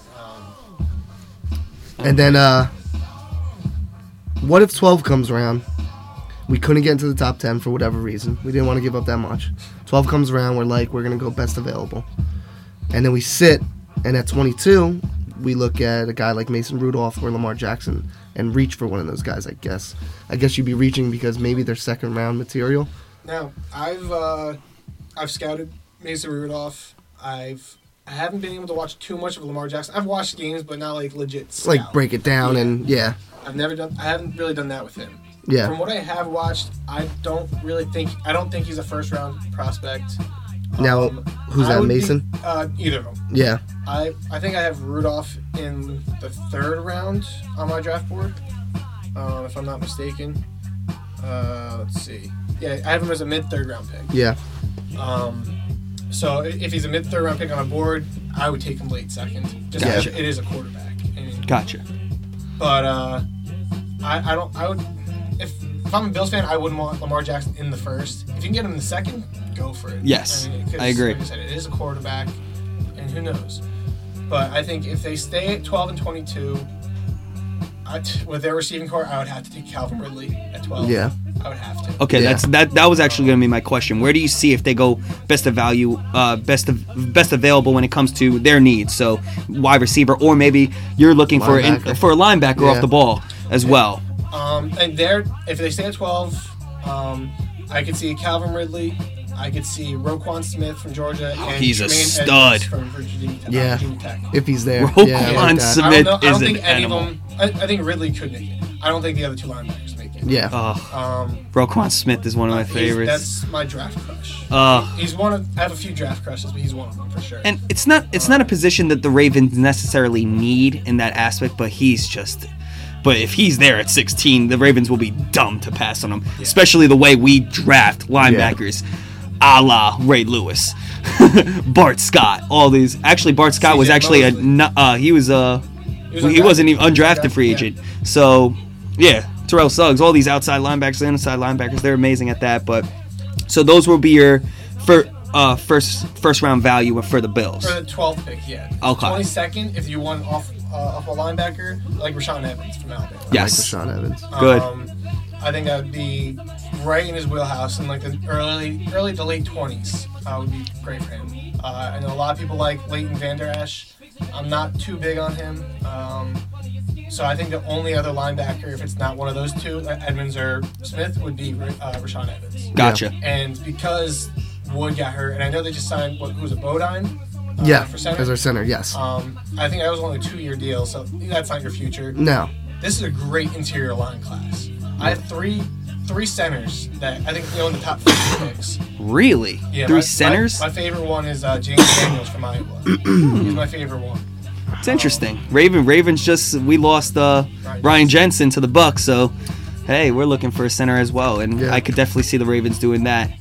And then uh, what if twelve comes around? We couldn't get into the top ten for whatever reason. We didn't want to give up that much. Twelve comes around, we're like, we're gonna go best available, and then we sit, and at twenty two, we look at a guy like Mason Rudolph or Lamar Jackson and reach for one of those guys. I guess. I guess you'd be reaching because maybe they're second round material. Now, I've uh, I've scouted Mason Rudolph. I've I haven't been able to watch too much of Lamar Jackson. I've watched games, but not like legit. It's like scout. break it down Yeah. and yeah, I've never done. I haven't really done that with him. yeah. From what I have watched, I don't really think. I don't think he's a first round prospect. Um, Now, who's I that, would be- Mason? uh, either of them. yeah, I, I think I have Rudolph in the third round on my draft board, um, if I'm not mistaken. Uh, let's see. Yeah, I have him as a mid third round pick. yeah, Um, so i- if he's a mid third round pick on a board, I would take him late second. Just Gotcha. because it is a quarterback. I mean, Gotcha. but uh, I, I don't. I would if, if I'm a Bills fan, I wouldn't want Lamar Jackson in the first. If you can get him in the second, go for it. Yes, mean, 'cause, I agree. Like I said, it is a quarterback, and who knows. But I think if they stay at 12 and 22, I t- with their receiving core, I would have to take Calvin Ridley at 12. Yeah. I would have to. Okay, Yeah. that's that. That was actually going to be my question. Where do you see if they go best of value, uh, best of, best available when it comes to their needs? So wide receiver, or maybe you're looking for in, Linebacker. for a linebacker off Yeah. the ball as well. Um, and there, if they stay at 12, um, I could see Calvin Ridley. I could see Roquan Smith from Georgia. And Oh, he's a Tremaine Edmonds stud. From Virginia, uh, Yeah. Virginia Tech. If he's there. Roquan yeah, I like that. Smith. I don't know. I is don't an think any animal. of them. I, I think Ridley could make it. I don't think the other two linebackers make it. Yeah. Oh, Um, Roquan Smith is one of my he's- favorites. That's my draft crush. Uh, He's one of. I have a few draft crushes, but he's one of them for sure. and it's not it's not a position that the Ravens necessarily need in that aspect, but he's just. But if he's there at 16, the Ravens will be dumb to pass on him, especially the way we draft linebackers, a la Ray Lewis, Bart Scott, all these. Actually, Bart Scott was CJ actually a Mosley. no- uh, he was a was he undrafted. wasn't even undrafted Yeah, free yeah. agent. So yeah, Terrell Suggs, all these outside linebackers, inside linebackers, they're amazing at that. But so those will be your fir- uh, first first round value for the Bills. for the 12th pick, yeah. Okay. 22nd, if you want off uh, off a linebacker like Rashawn Evans from Alabama. Yes, Like Rashawn Evans. good. Um, I think that would be right in his wheelhouse in like the early, early to late twenties. Uh, would be great for him. Uh, I know a lot of people like Leighton Vander Esch. I'm not too big on him. Um, so I think the only other linebacker, if it's not one of those two, uh, Edmonds or Smith, would be uh, Rashawn Evans. gotcha. And because Wood got hurt, and I know they just signed what who's a Bodine. Uh, Yeah, For center. as our center, yes. Uh, um, I think that was only a two-year deal, so that's not your future No. this is a great interior line class. I have three three centers that I think they own the top five picks. Really, Yeah, three my- centers. My, my favorite one is uh, James Daniels from Iowa. He's my favorite one. it's interesting. Raven Ravens just we lost uh, Right. Ryan Jensen to the Bucks, so hey, we're looking for a center as well, and Yeah. I could definitely see the Ravens doing that.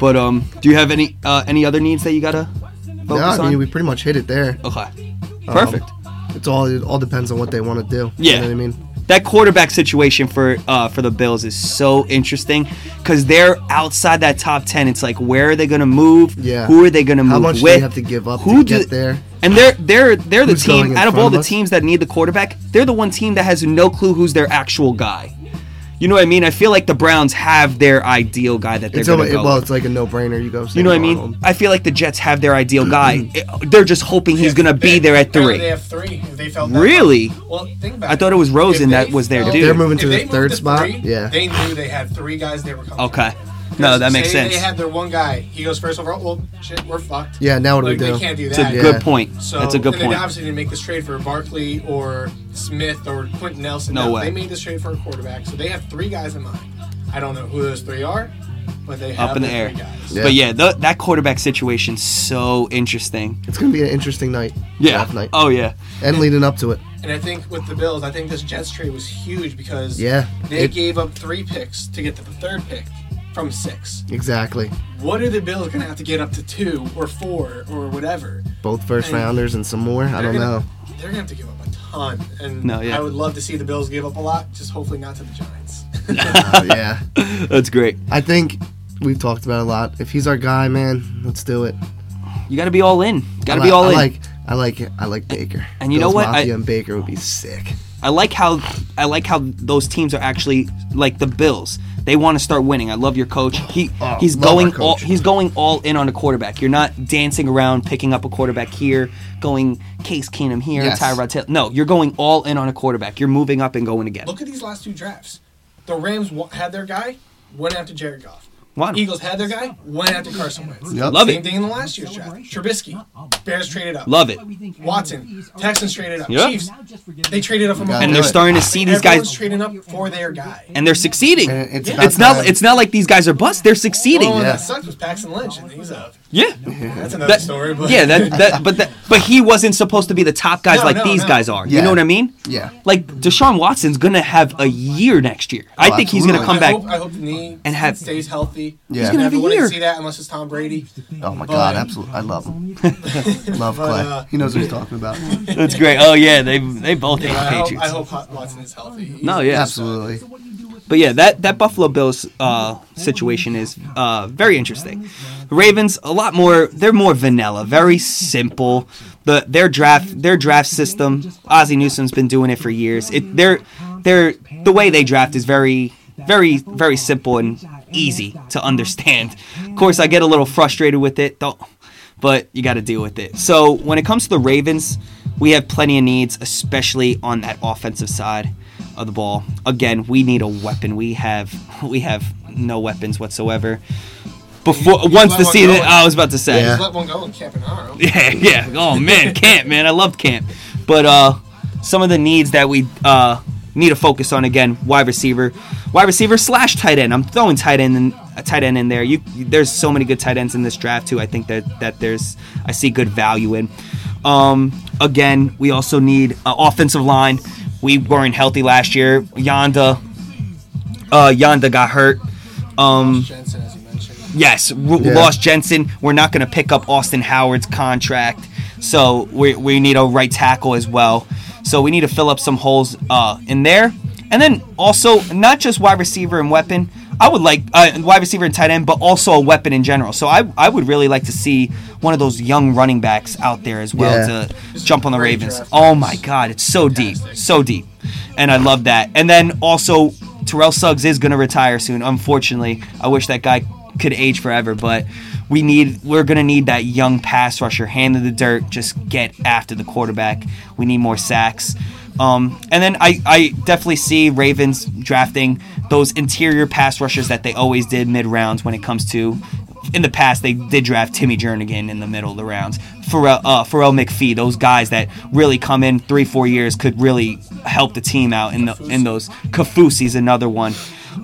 But um, do you have any uh, any other needs that you gotta focus No, I on? mean we Um, pretty much hit it there. okay, perfect. It's all it all depends on what they want to do. Yeah. You know what I mean? that quarterback situation for uh, for the Bills is so interesting because they're outside that top ten. It's like where are they going to move? Yeah. Who are they going to move How much with? do you have to give up Who to do- get there? And they're they're they're the Who's going team in out of front all of the us? teams that need the quarterback. They're the one team that has no clue who's their actual guy. You know what I mean? I feel like the Browns have their ideal guy that they're It's going almost, to go. well, with. it's like a no-brainer. You go. You know what I mean? Sam Darnold. I feel like the Jets have their ideal Mm-hmm. guy. they're just hoping he's going to be there at Apparently They three. have three. If they felt that Really? Well, think about I thought it was Rosen If that they was their felt- dude. If they're moving if to the they moved third to spot, three, yeah. They knew they had three guys they were coming. Okay. from. No, that makes Say sense. They had their one guy. He goes first overall. Well, shit, we're fucked. Yeah, now what do we like, do? They can't do It's that. a Yeah. good point. So That's a good and they point. obviously didn't make this trade for Barkley or Smith or Quentin Nelson. No way. They made this trade for a quarterback, so they have three guys in mind. I don't know who those three are, but they have Up in the air. their Three guys. Yeah. But yeah, th- that quarterback situation's so interesting. It's gonna be an interesting night. Yeah. draft night. Oh yeah. and leading up to it. And I think with the Bills, I think this Jets trade was huge because Yeah, they it- gave up three picks to get to the third pick from six. Exactly. What are the Bills going to have to get up to two or four or whatever? Both first And- rounders and some more. I They're don't gonna- know. They're going to have to give up a ton. And No, yeah. I would love to see the Bills give up a lot, just hopefully not to the Giants. Oh, yeah. That's great. I think we've talked about it a lot. If he's our guy, man, let's do it. You got to be all in. Got to be I li- all I in. like I like I like Baker. And you know Bills what? I- Mafia and Baker would be sick. I like how I like how those teams are actually like the Bills. They want to start winning. I love your coach. He Oh, he's love our going coach. all he's going all in on a quarterback. You're not dancing around picking up a quarterback here, going Case Keenum here, Yes. Tyrod Taylor. No, you're going all in on a quarterback. You're moving up and going again. Look at these last two drafts. The Rams wa- had their guy, went after Jared Goff. Want him. Eagles had their guy, went after Carson Wentz. Yep. Love Same it. thing in the last year's draft. Trubisky, Bears traded up. Love it. Watson, Texans traded up. Yep. Chiefs, they traded up from Gotta And do they're it. starting to see these Everyone's guys trading up for their guy. and they're succeeding. And it's, It's about not time. it's not like these guys are bust. They're The succeeding. only one Yeah. that sucks was Paxton Lynch, and he's up. yeah. That's another That- story. But yeah, that, that but that, but he wasn't supposed to be the top guys No, like no, these no. guys are. You Yeah. know what I mean? Yeah. Like Deshaun Watson's gonna have a year next year. I think he's gonna absolutely. come I back. Hope, I hope the knee And have- stays healthy. He's gonna I have a wouldn't year. see that unless it's Tom Brady. Oh my But- god, absolutely. I love him. Love Clay. uh, he knows what he's talking about. That's great. Oh yeah, they they both hate I the hope, Patriots. I hope Hot- Watson is healthy. He's- No, yeah, Absolutely. But yeah, that that Buffalo Bills uh, situation is uh, very interesting. The Ravens a lot more. They're more vanilla, very simple. The their draft their draft system. Ozzie Newsom's been doing it for years. It they're they're the way they draft is very very very simple and easy to understand. Of course, I get a little frustrated with it though, but you got to deal with it. So when it comes to the Ravens, we have plenty of needs, especially on that offensive side of the ball. Again, we need a weapon. We have we have no weapons whatsoever. before You once let the one season. go. I was about to say. Yeah. Just let one go in Campanaro. Yeah, yeah. Oh man, camp, man. I loved camp. But uh some of the needs that we uh need to focus on again, wide receiver, wide receiver slash tight end. I'm throwing tight end and a tight end in there. You there's so many good tight ends in this draft too. I think that that there's I see good value in. Um again, we also need uh, offensive line. We weren't healthy last year. Yonda uh Yonda got hurt. Um Jensen, as you mentioned. Yes, w- Yeah. lost Jensen. We're not going to pick up Austin Howard's contract, so we we need a right tackle as well. So we need to fill up some holes uh, in there, and then also not just wide receiver and weapon. I would like uh, wide receiver and tight end, but also a weapon in general. So I I would really like to see one of those young running backs out there as well Yeah. to jump on the Great Ravens. draft. Oh my God, it's so deep, Fantastic. so deep, and I love that. And then also, Terrell Suggs is going to retire soon. Unfortunately, I wish that guy could age forever, but we need we're going to need that young pass rusher, hand in the dirt, just get after the quarterback. We need more sacks. Um, and then I, I definitely see Ravens drafting those interior pass rushers that they always did mid rounds when it comes to in the past they did draft Timmy Jernigan in the middle of the rounds. Pharrell, uh, Pharrell McPhee, those guys that really come in three, four years could really help the team out in the in those. Kafusi's another one.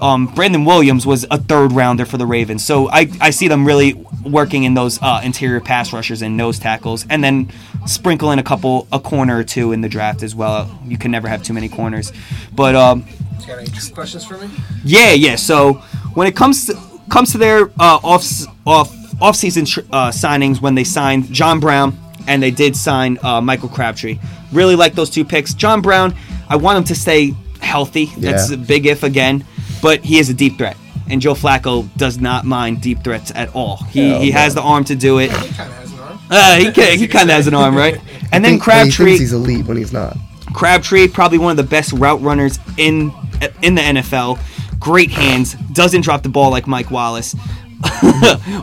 Um, Brandon Williams was a third rounder for the Ravens, so I, I see them really working in those uh, interior pass rushers and nose tackles, and then sprinkle in a couple a corner or two in the draft as well. You can never have too many corners, but um, You got any questions for me? yeah, yeah. So when it comes to, comes to their uh, off off off season tr- uh, signings, when they signed John Brown and they did sign uh, Michael Crabtree, really like those two picks. John Brown, I want him to stay healthy. That's Yeah. a big if again, but he is a deep threat, and Joe Flacco does not mind deep threats at all. He Hell he has oh, no. the arm to do it. He kind of has an arm. Uh, he can, he kind of has an arm, right? And then Think- but he thinks Crabtree. he's elite when he's not. Crabtree, probably one of the best route runners in in the NFL. Great hands, doesn't drop the ball like Mike Wallace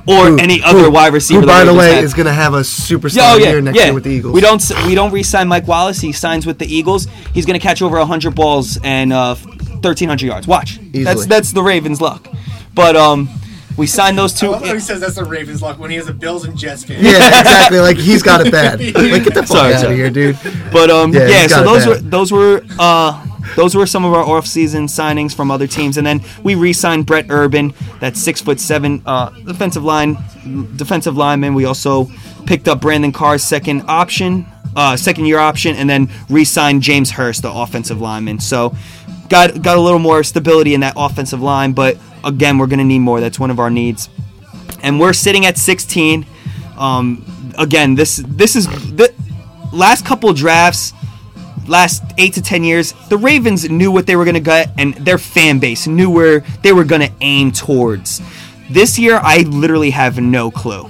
or any other wide receiver. Who, that by the Ravens way, have. is going to have a superstar Yeah, oh, yeah, year next yeah. year with the Eagles. We don't s- we don't re-sign Mike Wallace. He signs with the Eagles. He's going to catch over 100 balls and uh, 1300 yards. Watch. That's Easily. that's the Ravens' luck. But um we signed those I two love how he says that's the Ravens' luck when he has a Bills and Jets fan. Yeah, exactly. Like he's got it bad. Like get the fuck Sorry, out sorry. of here, dude. But um, yeah. Yeah, he's so got it those bad. were those were uh, those were some of our off-season signings from other teams, and then we re-signed Brett Urban, that six foot seven uh, defensive line defensive lineman. We also picked up Brandon Carr's second option, uh, second year option, and then re-signed James Hurst, the offensive lineman. So got got a little more stability in that offensive line, but again, we're gonna need more. That's one of our needs and we're sitting at 16. Um, again, this this is the last couple drafts, last eight to ten years. The Ravens knew what they were gonna get, and their fan base knew where they were gonna aim towards. This year, I literally have no clue,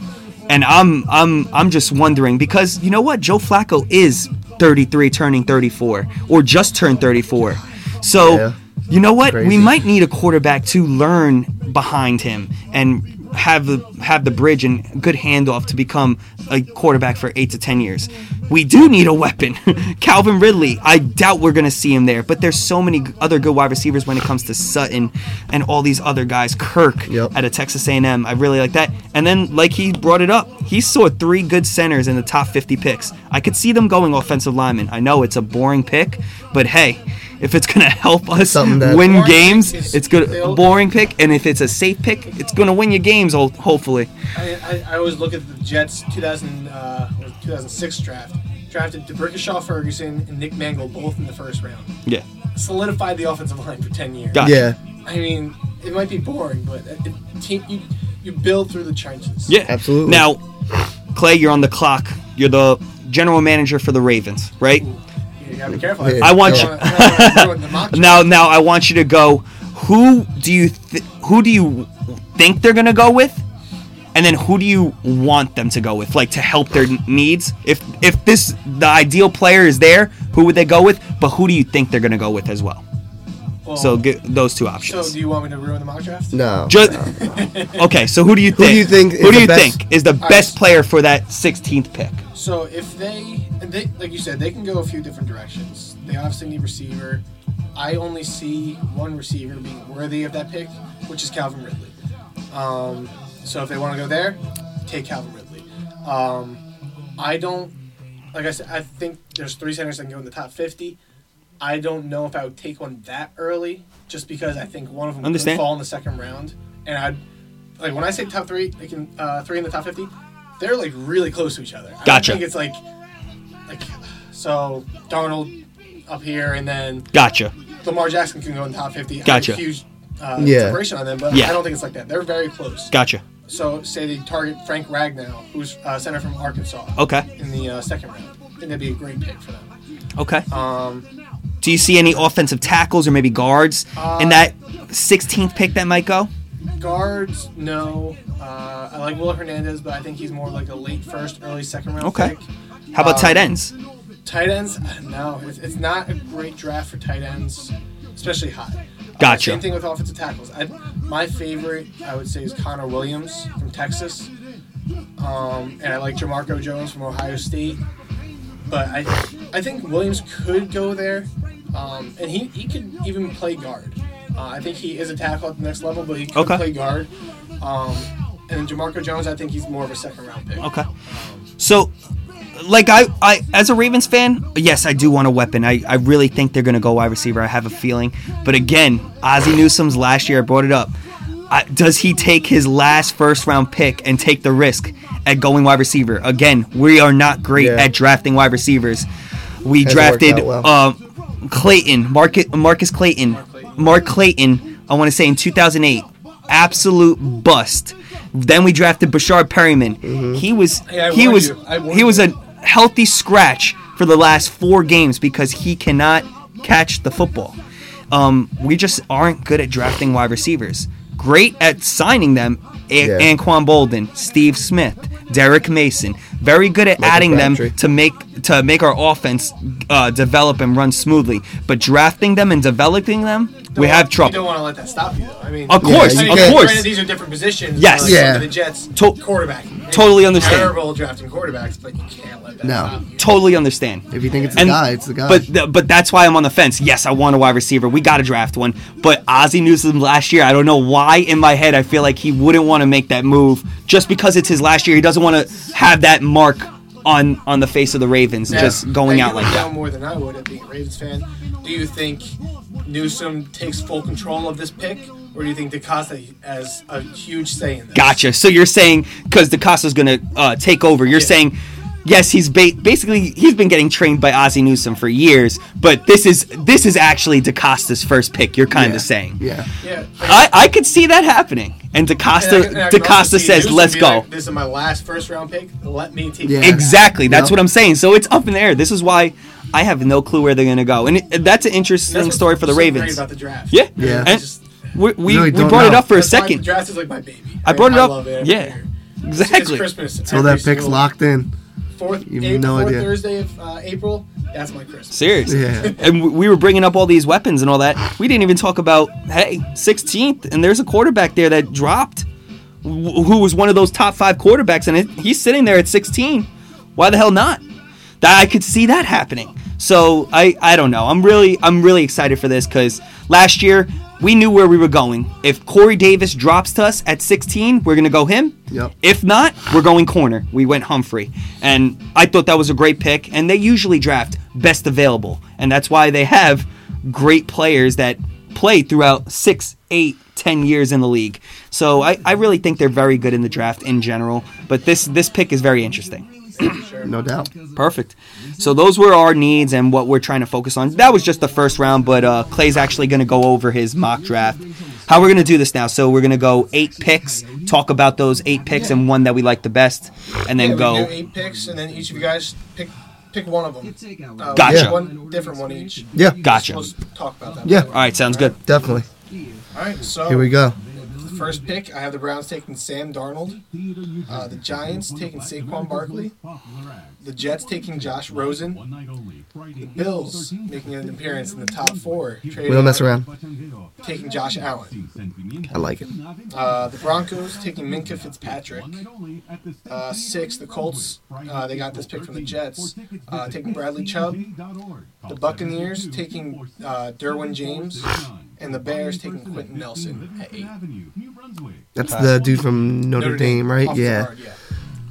and I'm I'm I'm just wondering because you know what, Joe Flacco is 33, turning 34, or just turned 34. So Yeah. you know what, we Crazy. might might need a quarterback to learn behind him and have the have the bridge and good handoff to become a quarterback for eight to ten years. We do need a weapon, Calvin Ridley. I doubt we're gonna see him there, but there's so many g- other good wide receivers when it comes to Sutton and all these other guys. Kirk Yep. at a Texas A&M, I really like that. And then like he brought it up, he saw three good centers in the top 50 picks. I could see them going offensive lineman. I know it's a boring pick, but hey, if it's gonna help us Something that- win Boring games. pick is It's good. still- Boring pick, and if it's a safe pick, it's gonna win your games. ho- Hopefully, I, I, I always look at the Jets 2000, uh, or 2006 draft. Drafted DeBrickashaw Ferguson and Nick Mangle both in the first round. yeah, Solidified the offensive line for 10 years. Got it. Yeah, I mean, it might be boring, but it, it, team, you, you build through the trenches. yeah, Absolutely. Now, Clay, you're on the clock. You're the general manager for the Ravens, right? You gotta be careful. Yeah. I want Yeah. you. don't wanna- I don't wanna ruin the mock draft. Now, now I want you to go. Who do you th- who do you think they're gonna go with? And then who do you want them to go with, like to help their n- needs? If if this the ideal player is there, who would they go with? But who do you think they're gonna go with as well? Well, So get those two options. so do you want me to ruin the mock draft? no. Just okay. So who do you think? Who do you think Who is do the you best- think is the right. best player for that 16th pick? So if they, and they, like you said, they can go a few different directions. They obviously need receiver. I only see one receiver being worthy of that pick, which is Calvin Ridley. Um, So if they want to go there, take Calvin Ridley. Um, I don't, like I said, I think there's three centers that can go in the top 50. I don't know if I would take one that early, just because I think one of them Understand. could fall in the second round. And I, like when I say top three, they can uh, three in the top 50. They're like really close to each other. I Gotcha. don't think it's like, like, so Darnold up here, and then Gotcha. Lamar Jackson can go in the top 50. I have Gotcha. a huge uh, Yeah. separation on them, but Yeah. I don't think it's like that. They're very close. Gotcha. so, say they target Frank Ragnow, who's uh, center from Arkansas. Okay. In the uh, second round. I think that'd be a great pick for them. Okay. Um, Do you see any offensive tackles or maybe guards in that 16th pick that might go? guards, no. Uh, I like Will Hernandez, but I think he's more like a late first, early second round Okay. pick. How about Um, tight ends? Tight ends, no, it's, it's not a great draft for tight ends, especially high. Uh, Gotcha. same thing with offensive tackles. I, my favorite, I would say, is Connor Williams from Texas, um, and I like Jamarco Jones from Ohio State. But I, I think Williams could go there, um, and he, he could even play guard. Uh, I think he is a tackle at the next level, but he could Okay. play guard. Um, and Jamarco Jones, I think he's more of a second round pick. Okay. So, like I, I as a Ravens fan, yes, I do want a weapon. I, I really think they're going to go wide receiver. I have a feeling. But again, Ozzie Newsom's last year, I brought it up. I, does he take his last first round pick and take the risk at going wide receiver? Again, we are not great Yeah. at drafting wide receivers. We Hasn't worked drafted out well. um, Clayton, Marcus, Marcus Clayton, Mark Clayton. I want to say in 2008, absolute bust. Then we drafted Bashard Perryman. Mm-hmm. He was Hey, I he warned was you. I warned he was a you. healthy scratch for the last four games because he cannot catch the football. Um, we just aren't good at drafting wide receivers. Great at signing them, a- Yeah. Anquan Bolden, Steve Smith, Derek Mason. Very good at Michael adding them Crabtree. to make to make our offense uh, develop and run smoothly. But drafting them and developing them, we have You don't trouble. want to let that stop you, though. I mean, Of course, Yeah, you of can't- course. Granted, these are different positions. Yes. Like, Yeah. for The Jets To- quarterback. totally understand. Terrible drafting quarterbacks, but you can't let that No. stop you. Totally understand. If you think it's the guy, it's the guy. But th- but that's why I'm on the fence. Yes, I want a wide receiver. We got to draft one. But Ozzie Newsome last year, I don't know why in my head I feel like he wouldn't want to make that move just because it's his last year. He doesn't want to have that mark on on the face of the Ravens Now, just going now out you like went that. down more than I would at being a Ravens fan. Do you think Newsom takes full control of this pick, or do you think DaCosta has a huge say in this? Gotcha. So you're saying because DaCosta's going to uh, take over, you're Yeah. saying. Yes, he's ba- basically he's been getting trained by Ozzie Newsome for years, but this is this is actually DaCosta's first pick. You're kind of Yeah. saying, yeah. Yeah. I, I could see that happening. And And I DaCosta can- and I can also DaCosta see says, Newsom "Let's be go." like, this is my last first round pick. Let me take Yeah. it. Exactly. That's Yeah. what I'm saying. So it's up in the air. This is why I have no clue where they're going to go. And it, that's an That's interesting what's story for the so great Ravens. About the draft. yeah. Yeah. And Just- we we, we Really don't brought it know. up for a That's why second. The draft is like my baby. I brought it mean, up. love every yeah. year. Exactly. It's Christmas. Till that pick's locked in. Fourth, You you have no fourth idea. Thursday of uh, April. That's my Christmas. Seriously. Yeah. And w- we were bringing up all these weapons and all that. We didn't even talk about hey, 16th, and there's a quarterback there that dropped, wh- who was one of those top five quarterbacks, and it, he's sitting there at 16. Why the hell not? That I could see that happening. So I I don't know. I'm really I'm really excited for this because last year we knew where we were going. If Corey Davis drops to us at 16, we're gonna go him. Yep. If not, we're going corner. We went Humphrey. And I thought that was a great pick. And they usually draft best available. And that's why they have great players that play throughout six, eight, ten years in the league. So I, I really think they're very good in the draft in general. But this this pick is very interesting. No doubt. Perfect. So those were our needs and what we're trying to focus on. That was just the first round, but uh, Clay's actually going to go over his mock draft. How we're going to do this now? So we're going to go eight picks, talk about those eight picks and one that we like the best, and Yeah, then we go. do eight picks, and then each of you guys pick pick one of them. Uh, Gotcha. yeah. One different one each. Yeah. Gotcha. We'll just talk about that. Yeah. All right, sounds good. Definitely. All right. So Here we go. The first pick, I have the Browns taking Sam Darnold, uh, the Giants taking Saquon Barkley, the Jets taking Josh Rosen, the Bills making an appearance in the top four. We don't mess around. Taking Josh Allen. I like it. Uh, the Broncos taking Minka Fitzpatrick. Uh, six, the Colts, uh, they got this pick from the Jets, uh, taking Bradley Chubb. The Buccaneers taking uh, Derwin uh, James, and the Bears taking Quentin Nelson at eight. That's the dude from Notre, Dame, right? off the Yeah. guard, yeah.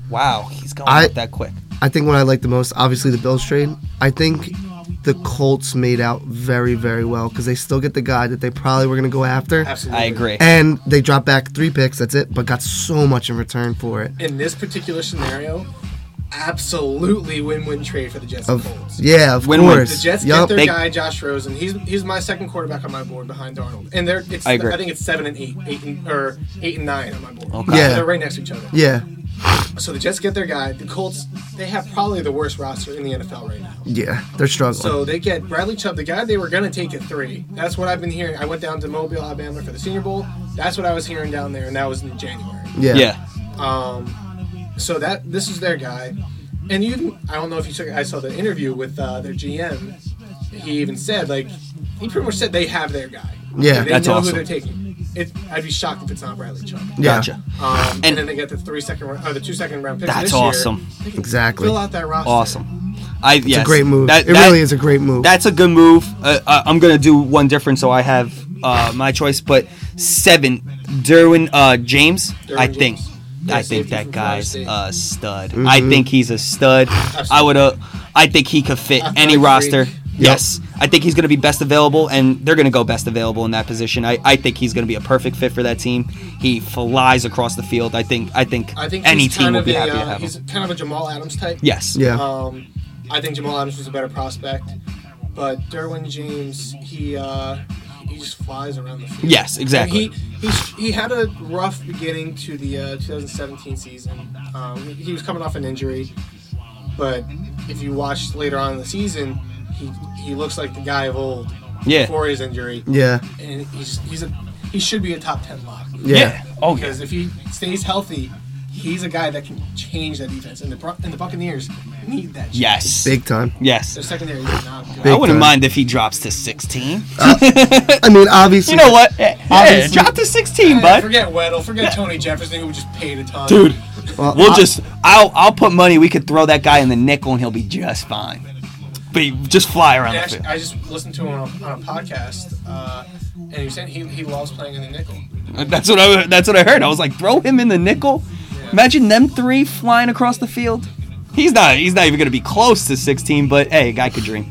Wow, he's going I- up that quick. I think what I like the most, obviously, the Bills trade. I think the Colts made out very, very well because they still get the guy that they probably were going to go after. Absolutely. I agree. And they dropped back three picks, that's it, but got so much in return for it. In this particular scenario, absolutely win-win trade for the Jets and Of Colts. Yeah, of Win-win. course. The Jets Yup. get their They- guy Josh Rosen. He's he's my second quarterback on my board behind Darnold. And they're it's I I, agree. think it's seven and eight, eight and or eight and nine on my board. Okay. Yeah. They're right next to each other. Yeah, So the Jets get their guy. The Colts they have probably the worst roster in the NFL right now. yeah, they're struggling. So they get Bradley Chubb, the guy they were gonna take at three. That's what I've been hearing. I went down to Mobile, Alabama for the Senior Bowl. That's what I was hearing down there, and that was in January. yeah. Yeah. Um, so that this is their guy, and you. even- I don't know if you took. I saw the interview with uh, their GM. He even said like he pretty much said they have their guy. Yeah, they that's know awesome. who they're taking. It, I'd be shocked if it's not Bradley Chubb. Yeah. Gotcha. Um, and, And- then they get the three second round, or the two second round picks. That's this awesome. Year. They can Exactly. Fill out that roster. Awesome. I, It's yes. a great move. That- it that- really is a great move. That's a good move. Uh, uh, I'm gonna do one different, so I have uh, my choice. But seven, Derwin uh, James. Derwin I think. James. I Yeah, think safety that from Florida guy's State. a stud. Mm-hmm. I think he's a stud. I Absolutely. would. Uh, I think he could fit Athletic any freak. roster. Yes, I think he's going to be best available, and they're going to go best available in that position. I, I think he's going to be a perfect fit for that team. He flies across the field. I think. I think, I think any he's team kind would of be a, happy uh, to have He's him. kind of a Jamal Adams type. Yes. yeah. Um, I think Jamal Adams was a better prospect, but Derwin James, he uh, he just flies around the field. Yes, exactly. And he, he's, he had a rough beginning to the uh, 2017 season. Um, he was coming off an injury, but if you watch later on in the season, he he looks like the guy of old Yeah. before his injury, yeah. and he's he's a he should be a top 10 lock. Yeah. Oh yeah. Because if he stays healthy, he's a guy that can change that defense, and the Bro- and the Buccaneers need that. shit. Yes. Big time. Yes. Their secondary is not good. I Big wouldn't time. mind if he drops to 16. I mean, obviously. you know what? Yeah, yeah, Obviously- drop to 16, Hey, bud. forget Weddle, forget Tony Jefferson, who just paid a ton. Dude, Well, we'll I- just I'll I'll put money we could throw that guy in the nickel and he'll be just fine. Be just fly around And the actually, field. I just listened to him on a, on a podcast, uh, and he said he, he loves playing in the nickel. That's what I that's what I heard. I was like, throw him in the nickel. Imagine them three flying across the field. He's not he's not even gonna be close to 16, but hey, a guy could dream.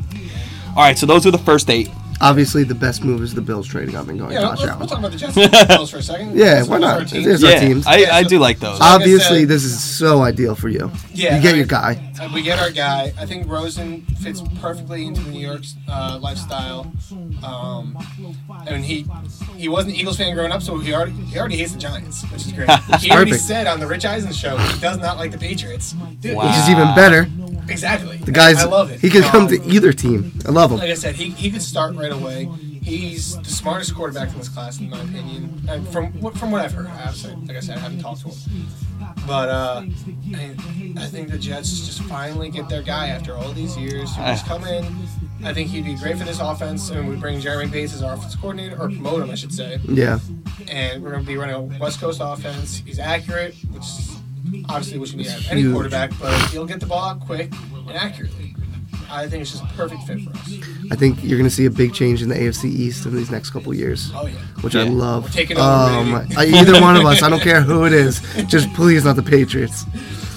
All right, so those were the first eight. Obviously, the best move is the Bills trading up and going Yeah, Josh let's, we'll Allen. talk about the Jets and the Bills for a second. Yeah, That's why our not? team. There's our Yeah, teams. I, Yeah, I so- do like those. I obviously, said- this is so ideal for you. Yeah, You get I- your guy. And we get our guy. I think Rosen fits perfectly into the New York uh, lifestyle. Um, I mean, he he was an Eagles fan growing up, so he already he already hates the Giants, which is great. He already Perfect. said on the Rich Eisen show he does not like the Patriots. Dude, Wow. Which is even better. Exactly. The guy's. I love it. He could come Um, to either team. I love him. like I said, he, he could start right away. He's the smartest quarterback in this class, in my opinion. And from what- from what I've heard, I obviously, like I said, I haven't talked to him. But uh, I, I think the Jets just finally get their guy after all these years. He just come in. I think he'd be great for this offense, and we bring Jeremy Bates as our offense coordinator, or promote him, I should say. Yeah. And we're going to be running a West Coast offense. He's accurate, which is obviously what you need out of Huge. any quarterback, but he'll get the ball out quick and accurately. I think it's just a perfect fit for us. I think you're going to see a big change in the AFC East in these next couple years. Oh yeah. Which I Yeah. love. Take it over, Oh, my, baby. I- either one of us. I don't care who it is. Just please not the Patriots.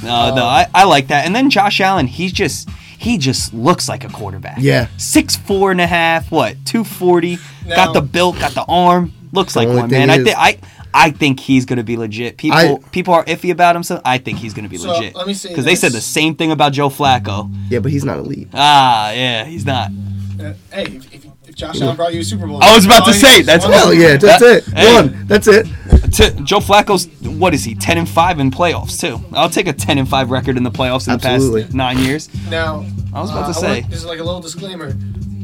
No, Uh, Um, no, I, I like that. And then Josh Allen, he's just he just looks like a quarterback. Yeah. Six four and a half, what, two forty, got No. the built, got the arm. Looks like only one, thing man. I is- think I I think he's gonna be legit. People I- people are iffy about him, so I think he's gonna be So, legit. let me say Because they said the this. same thing about Joe Flacco. Yeah, but he's not elite. Ah, yeah, he's not. Uh, hey, if, if, if Josh Allen brought you a Super Bowl, I was about to Oh, say, yes, that's- one- Hell yeah, that's That- it. hey. One. That's it. T- Joe Flacco's what is he? Ten and five in playoffs too. I'll take a ten and five record in the playoffs in the Absolutely. past nine years. Now, I was about uh, to I want- say. this is like a little disclaimer.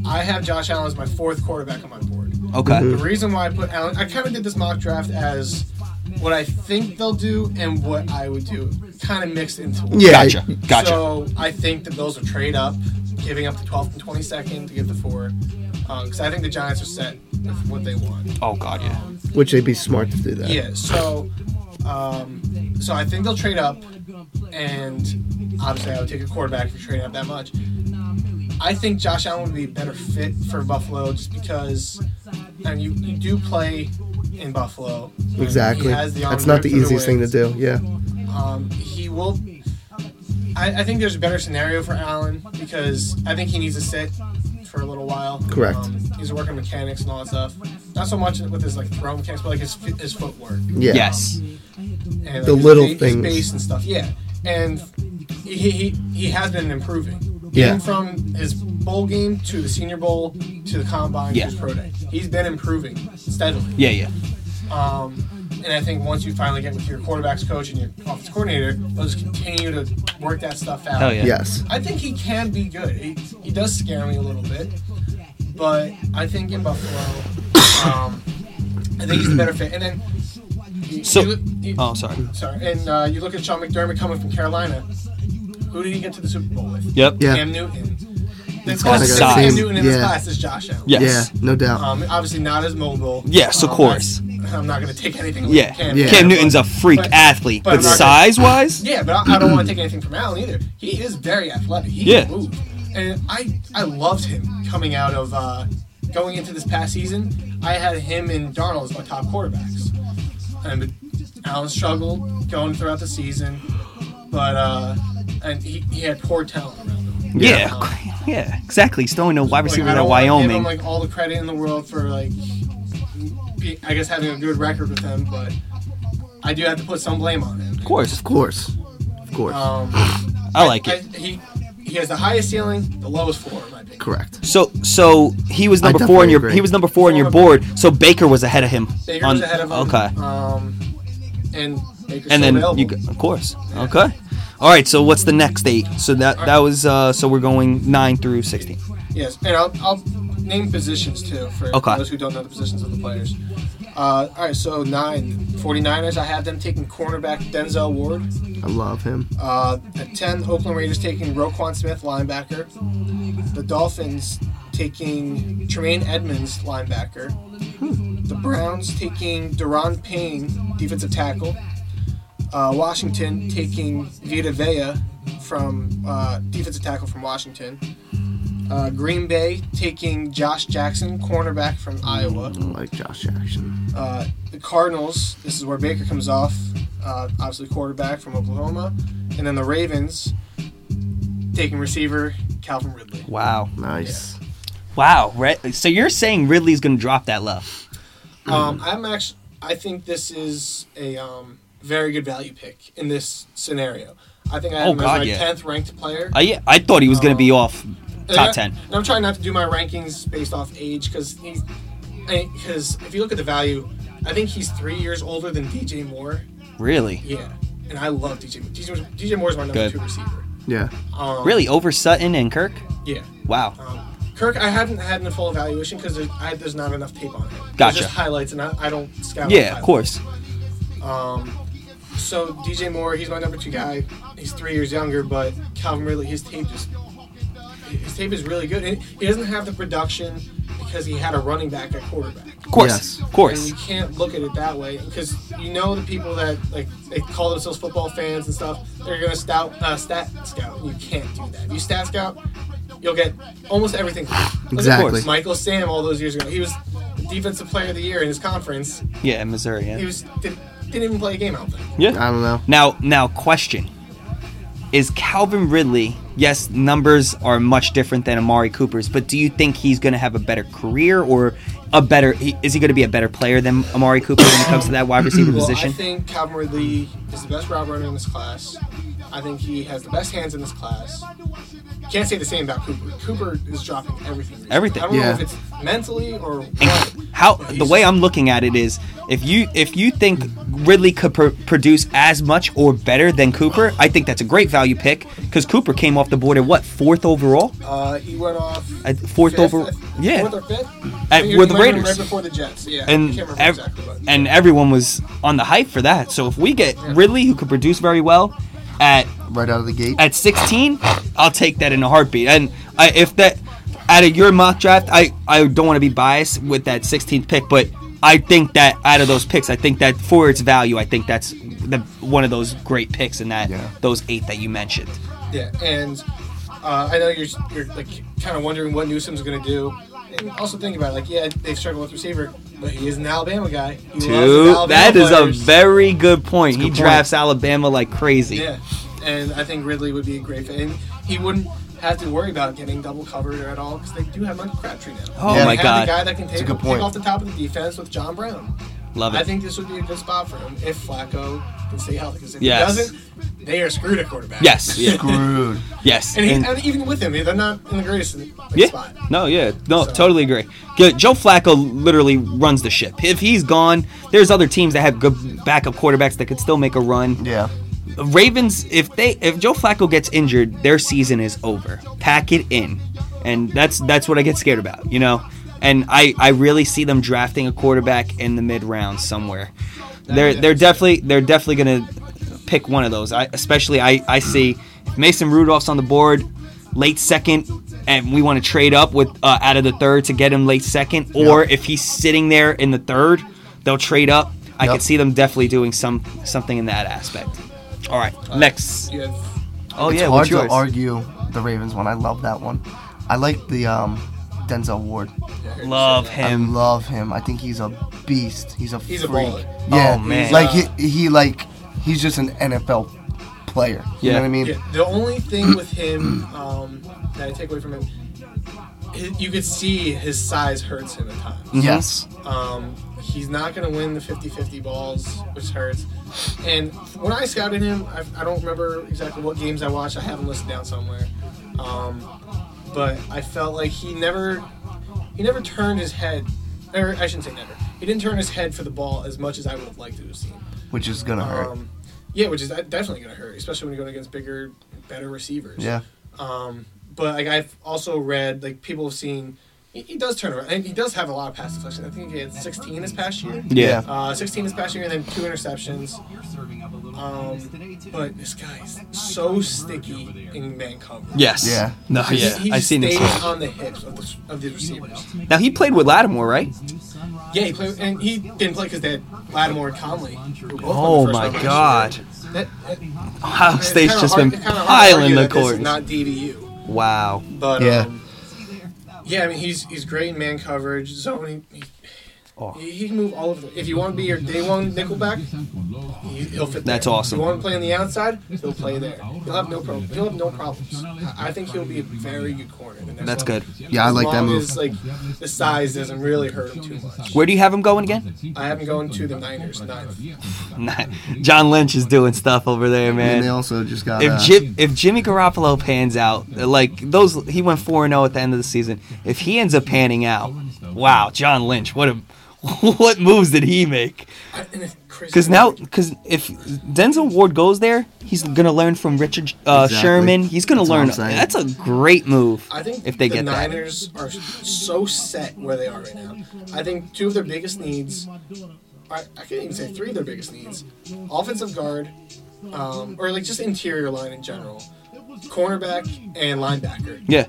I have Josh Allen as my fourth quarterback on my board. Okay. The Mm-hmm. reason why I put Allen, I kind of did this mock draft as what I think they'll do and what I would do, kind of mixed into one. Yeah. Gotcha. Gotcha. So I think the Bills will trade up, giving up the 12th and 22nd to get the four, because I think the Giants are set with what they want. oh god, yeah. Which they'd be smart to do that. Yeah, so um, so I think they'll trade up, and obviously I would take a quarterback if you're trading up that much. I think Josh Allen would be a better fit for Buffalo just because and you, you do play in Buffalo. He Exactly. has the That's arms not ripped the through easiest thing to do. wings. Yeah. Um, he will. I, I think there's a better scenario for Allen because I think he needs to sit for a little while. Correct. Um, he's working mechanics and all that stuff. Not so much with his like throw mechanics, but like his fi- his footwork Yeah. Yes. and like, The his little ba- his things. base and stuff. Yeah, and he he, he, he has been improving. Yeah. Even from his bowl game to the Senior Bowl to the combine Yeah. to his pro day, he's been improving steadily. Yeah, yeah. Um, and I think once you finally get with your quarterbacks coach and your offense coordinator, they'll just continue to work that stuff out. Hell yeah. Yes. I think he can be good. He, he does scare me a little bit, but I think in Buffalo, um, I think he's a better fit. And then, you- So- you- you- Oh, sorry. sorry. And uh, you look at Sean McDermott coming from Carolina. Who did he get to the Super Bowl with? Yep. Yeah. Cam Newton. kinda This class is got the Cam same- Newton in this yeah. class is Josh Allen. Yes. Yeah. No doubt. Um, obviously not as mobile. Yes, of Um, course. that's- I'm not going to take anything away Yeah. from Cam. Yeah. Cam Newton's a freak but- athlete, but but, I'm not gonna- size wise, Yeah, but I, I don't want to take anything from Allen either. He is very athletic. He Yeah. can move. And I, I loved him coming out of uh, going into this past season. I had him and Darnold as my top quarterbacks. And Allen struggled going throughout the season, but uh, and he, he had poor talent around him. yeah, Um, yeah, exactly. He's throwing a wide Like, receiver I to don't wanna Give Wyoming. him like all the credit in the world for like, be, I guess having a good record with him, but I do have to put some blame on him. of course, of course. Of course. Um, I like it. he he has the highest ceiling, the lowest floor, in my opinion. Correct. So, so he was I number four on definitely your agree. he was number four on your board. So Baker was ahead of him. Baker on, was ahead of him. Okay, Um, and Baker's and still then available. you g- of course. Okay, all right. So what's the next eight? So that that was uh so we're going nine through sixteen. yes, and I'll, I'll name positions too for Okay. those who don't know the positions of the players. Uh, all right, so nine 49ers, I have them taking cornerback Denzel Ward. I love him. Uh, at 10, Oakland Raiders taking Roquan Smith, linebacker. The Dolphins taking Tremaine Edmonds, linebacker. The Browns taking Deron Payne, defensive tackle. Uh, Washington taking Vita Vea from uh, defensive tackle from Washington. Uh, Green Bay taking Josh Jackson, cornerback from Iowa. I like Josh Jackson. Uh, the Cardinals, this is where Baker comes off, uh, obviously quarterback from Oklahoma. And then the Ravens taking receiver Calvin Ridley. Wow, Nice. wow. Re- So you're saying Ridley's gonna drop that low? Um, I'm actually, I think this is a um, very good value pick in this scenario. I think I have Oh, him God, as my yeah. 10th ranked player. Uh, yeah, I thought he was gonna be Um, off And I- top ten. And I'm trying not to do my rankings based off age because he's because if you look at the value, I think he's three years older than DJ Moore. Really, Yeah, and I love DJ. Moore. DJ, Moore- DJ Moore is my number Good. two receiver. Yeah. Um, really over Sutton and Kirk. Yeah. Wow. Um, Kirk, I haven't had a full evaluation because there's, I- there's not enough tape on him. Gotcha. There's just highlights, and I, I don't scout. Yeah, highlights. of course. Um, so DJ Moore, he's my number two guy. He's three years younger, but Calvin Ridley, his tape just his tape is really good. And he doesn't have the production because he had a running back at quarterback. Of course. Yes. Of And course. you can't look at it that way because you know the people that like they call themselves football fans and stuff. They're gonna stout uh, stat scout. You can't do that. If you stat scout, you'll get almost everything. Exactly. Michael Sam, all those years ago, he was defensive player of the year in his conference. Yeah, in Missouri. He Yeah. was did, didn't even play a game out there. Yeah. I don't know. Now, now, question: Is Calvin Ridley? Yes, numbers are much different than Amari Cooper's, but do you think he's going to have a better career or a better? he- Is he going to be a better player than Amari Cooper when it comes to that wide receiver Well, position? I think Calvin Ridley is the best route runner in this class. I think he has the best hands in this class. Can't say the same about Cooper. Cooper is dropping everything. recently. Everything. I don't Yeah. know if it's mentally or what. How but the he's- way I'm looking at it is, if you if you think Ridley could pr- produce as much or better than Cooper, I think that's a great value pick because Cooper came off the board at what fourth overall? uh, he went off At fourth fifth, over- I th- yeah. fourth or fifth. At- He with might the have been Raiders. right before the Jets. Yeah, I and can't remember ev- exactly, but- and e everyone was on the hype for that. So if we get Ridley, who could produce very well, at Right out of the gate. at 16, I'll take that in a heartbeat. And I, if that out of your mock draft, I I don't want to be biased with that 16th pick, but I think that out of those picks, I think that for its value, I think that's the one of those great picks in that Yeah. those eight that you mentioned. Yeah, and uh, I know you're, you're like kind of wondering what Newsom's going to do. And and also think about it. Like, yeah, they've struggled with receiver, but he is an Alabama guy. He loves his Dude, Alabama that is a players. very good point. he good point. drafts Alabama like crazy. Yeah, and I think Ridley would be a great fit. And he wouldn't have to worry about getting double covered at all because they do have Michael Crabtree now. Oh They my have God. the guy that can take, a good take point. off the top of the defense with John Brown. Love I it. think this would be a good spot for him if Flacco can stay healthy. Because if Yes. he doesn't, they are screwed at quarterback. Yes. Yeah. Screwed. yes. And, he, And- and even with him, they're not in the greatest like, yeah. spot. No, yeah. No, So- totally agree. Good. Joe Flacco literally runs the ship. If he's gone, there's other teams that have good backup quarterbacks that could still make a run. Yeah. Ravens, if they if Joe Flacco gets injured, their season is over. Pack it in, and that's that's what I get scared about, you know. And I I really see them drafting a quarterback in the mid round somewhere. They're they're definitely they're definitely gonna pick one of those. I especially I I see Mason Rudolph's on the board, late second, and we want to trade up with uh, out of the third to get him late second, or if he's sitting there in the third, they'll trade up. I Yep. could see them definitely doing some something in that aspect. All right, next. You have Uh, Oh it's yeah, hard what's to yours? argue the Ravens one. I love that one. I like the um, Denzel Ward. Love I him. love him. I think he's a beast. He's a He's a freak. baller. yeah, Oh, man. like he, he like he's just an NFL player. Yeah. You know what I mean? Yeah, the only thing with him um, that I take away from him, hi- you could see his size hurts him at times. Yes. Mm-hmm. Um, he's not going to win the 50-50 balls, which hurts. And when I scouted him, I, I don't remember exactly what games I watched. I have them listed down somewhere. Um, but I felt like he never he never turned his head. Or I shouldn't say never. He didn't turn his head for the ball as much as I would have liked to have seen. Which is gonna hurt. Um, yeah, which is definitely going to hurt, especially when you're going against bigger, better receivers. yeah. Um, but like I've also read, like people have seen, he, he does turn around. And he does have a lot of pass deflection. I think he had 16 this past year. Yeah. Uh, 16 this past year, and then two interceptions. Um, but this guy is so sticky in man coverage. Yes. Yeah. No. He- Yeah. he I just seen stays this. on the hips of the, of the receivers. Now he played with Lattimore, right? Yeah, he played, and he didn't play because they had Lattimore and Conley. who both won the Oh first my round last God. year. That, that, Ohio it's State's kinda just hard- been it's kinda hard to piling argue the that this is court. Not DBU, Wow. but Yeah. um, yeah, I mean he's he's great in man coverage, zone. He, he, Oh. he he can move all over. The, if you want to be your day one nickelback, he, he'll fit. That's there. awesome. If you want to play on the outside, he'll play there. He'll have no problem. He'll have no problems. I I think he'll be a very good corner. in the next That's level. good. Yeah, I As like that long move. uh, As, like the size doesn't really hurt him too much. Where do you have him going again? I have him going to the Niners ninth. John Lynch is doing stuff over there, and they man. also just got uh, If Jim, if Jimmy Garoppolo pans out, like those, he went four and zero at the end of the season. If he ends up panning out, wow, John Lynch, what a, what moves did he make? I- and it's crazy. Because now, because if Denzel Ward goes there, he's gonna learn from Richard uh, Exactly. Sherman. He's gonna That's what learn. I'm saying. That's a great move. I think if they the get that, Niners are so set where they are right now. I think two of their biggest needs, I, I can't even say three of their biggest needs, offensive guard, um, or like just interior line in general, cornerback and linebacker. yeah,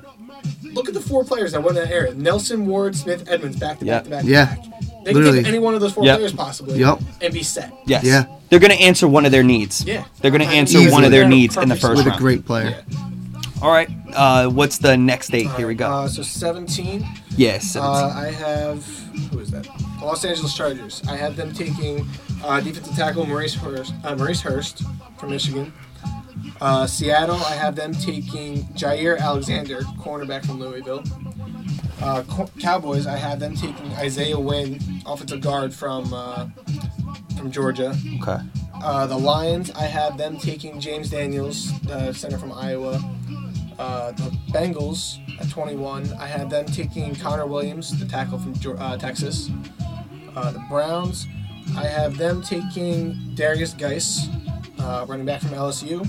Look at the four players that won that era: Nelson, Ward, Smith, Edmonds, back to back to back. to Yeah. back. They can Literally. take any one of those four Yep. players possibly, Yep. and be set. yes, Yeah. they're gonna answer one of their needs. Yeah. they're gonna Easily. answer one of their needs in the Perfect. first with a round. great player. All right, uh, what's the next date? Here we go. Uh, so 17. yes, Uh, I have who is that? The Los Angeles Chargers. I have them taking uh, defensive tackle Maurice Hurst, uh, Maurice Hurst from Michigan. Uh, Seattle. I have them taking Jair Alexander, cornerback from Louisville. Uh, Co- Cowboys. I have them taking Isaiah Wynn, offensive guard from uh, from Georgia. okay. Uh, the Lions, I have them taking James Daniels, the center from Iowa. Uh, the Bengals at 21, I have them taking Connor Williams, the tackle from Geor- uh, Texas. Uh, the Browns, I have them taking Darius Geis, uh, running back from LSU.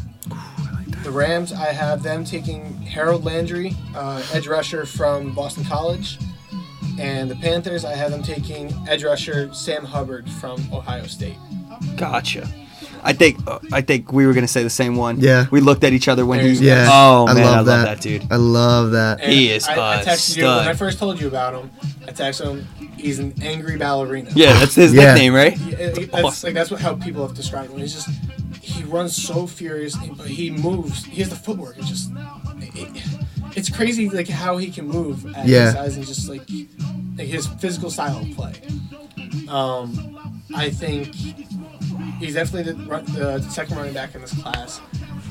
The Rams, I have them taking Harold Landry, uh, edge rusher from Boston College. And the Panthers, I have them taking edge rusher Sam Hubbard from Ohio State. Gotcha. I think uh, I think we were gonna say the same one. Yeah. We looked at each other when he. There's- Yeah. Oh I man, love, I love that. that dude. I love that. And He is I, I a texted you when I stud. first told you about him. I texted him. He's an angry ballerina. Yeah, that's his Yeah. nickname, right? Yeah, it- it- that's like that's what how people have described him. He's just he runs so furious, but he moves. He has the footwork. It's just it, it, it's crazy like how he can move at Yeah. his size and just like like his physical style of play. Um, I think he's definitely the, run- the second running back in this class.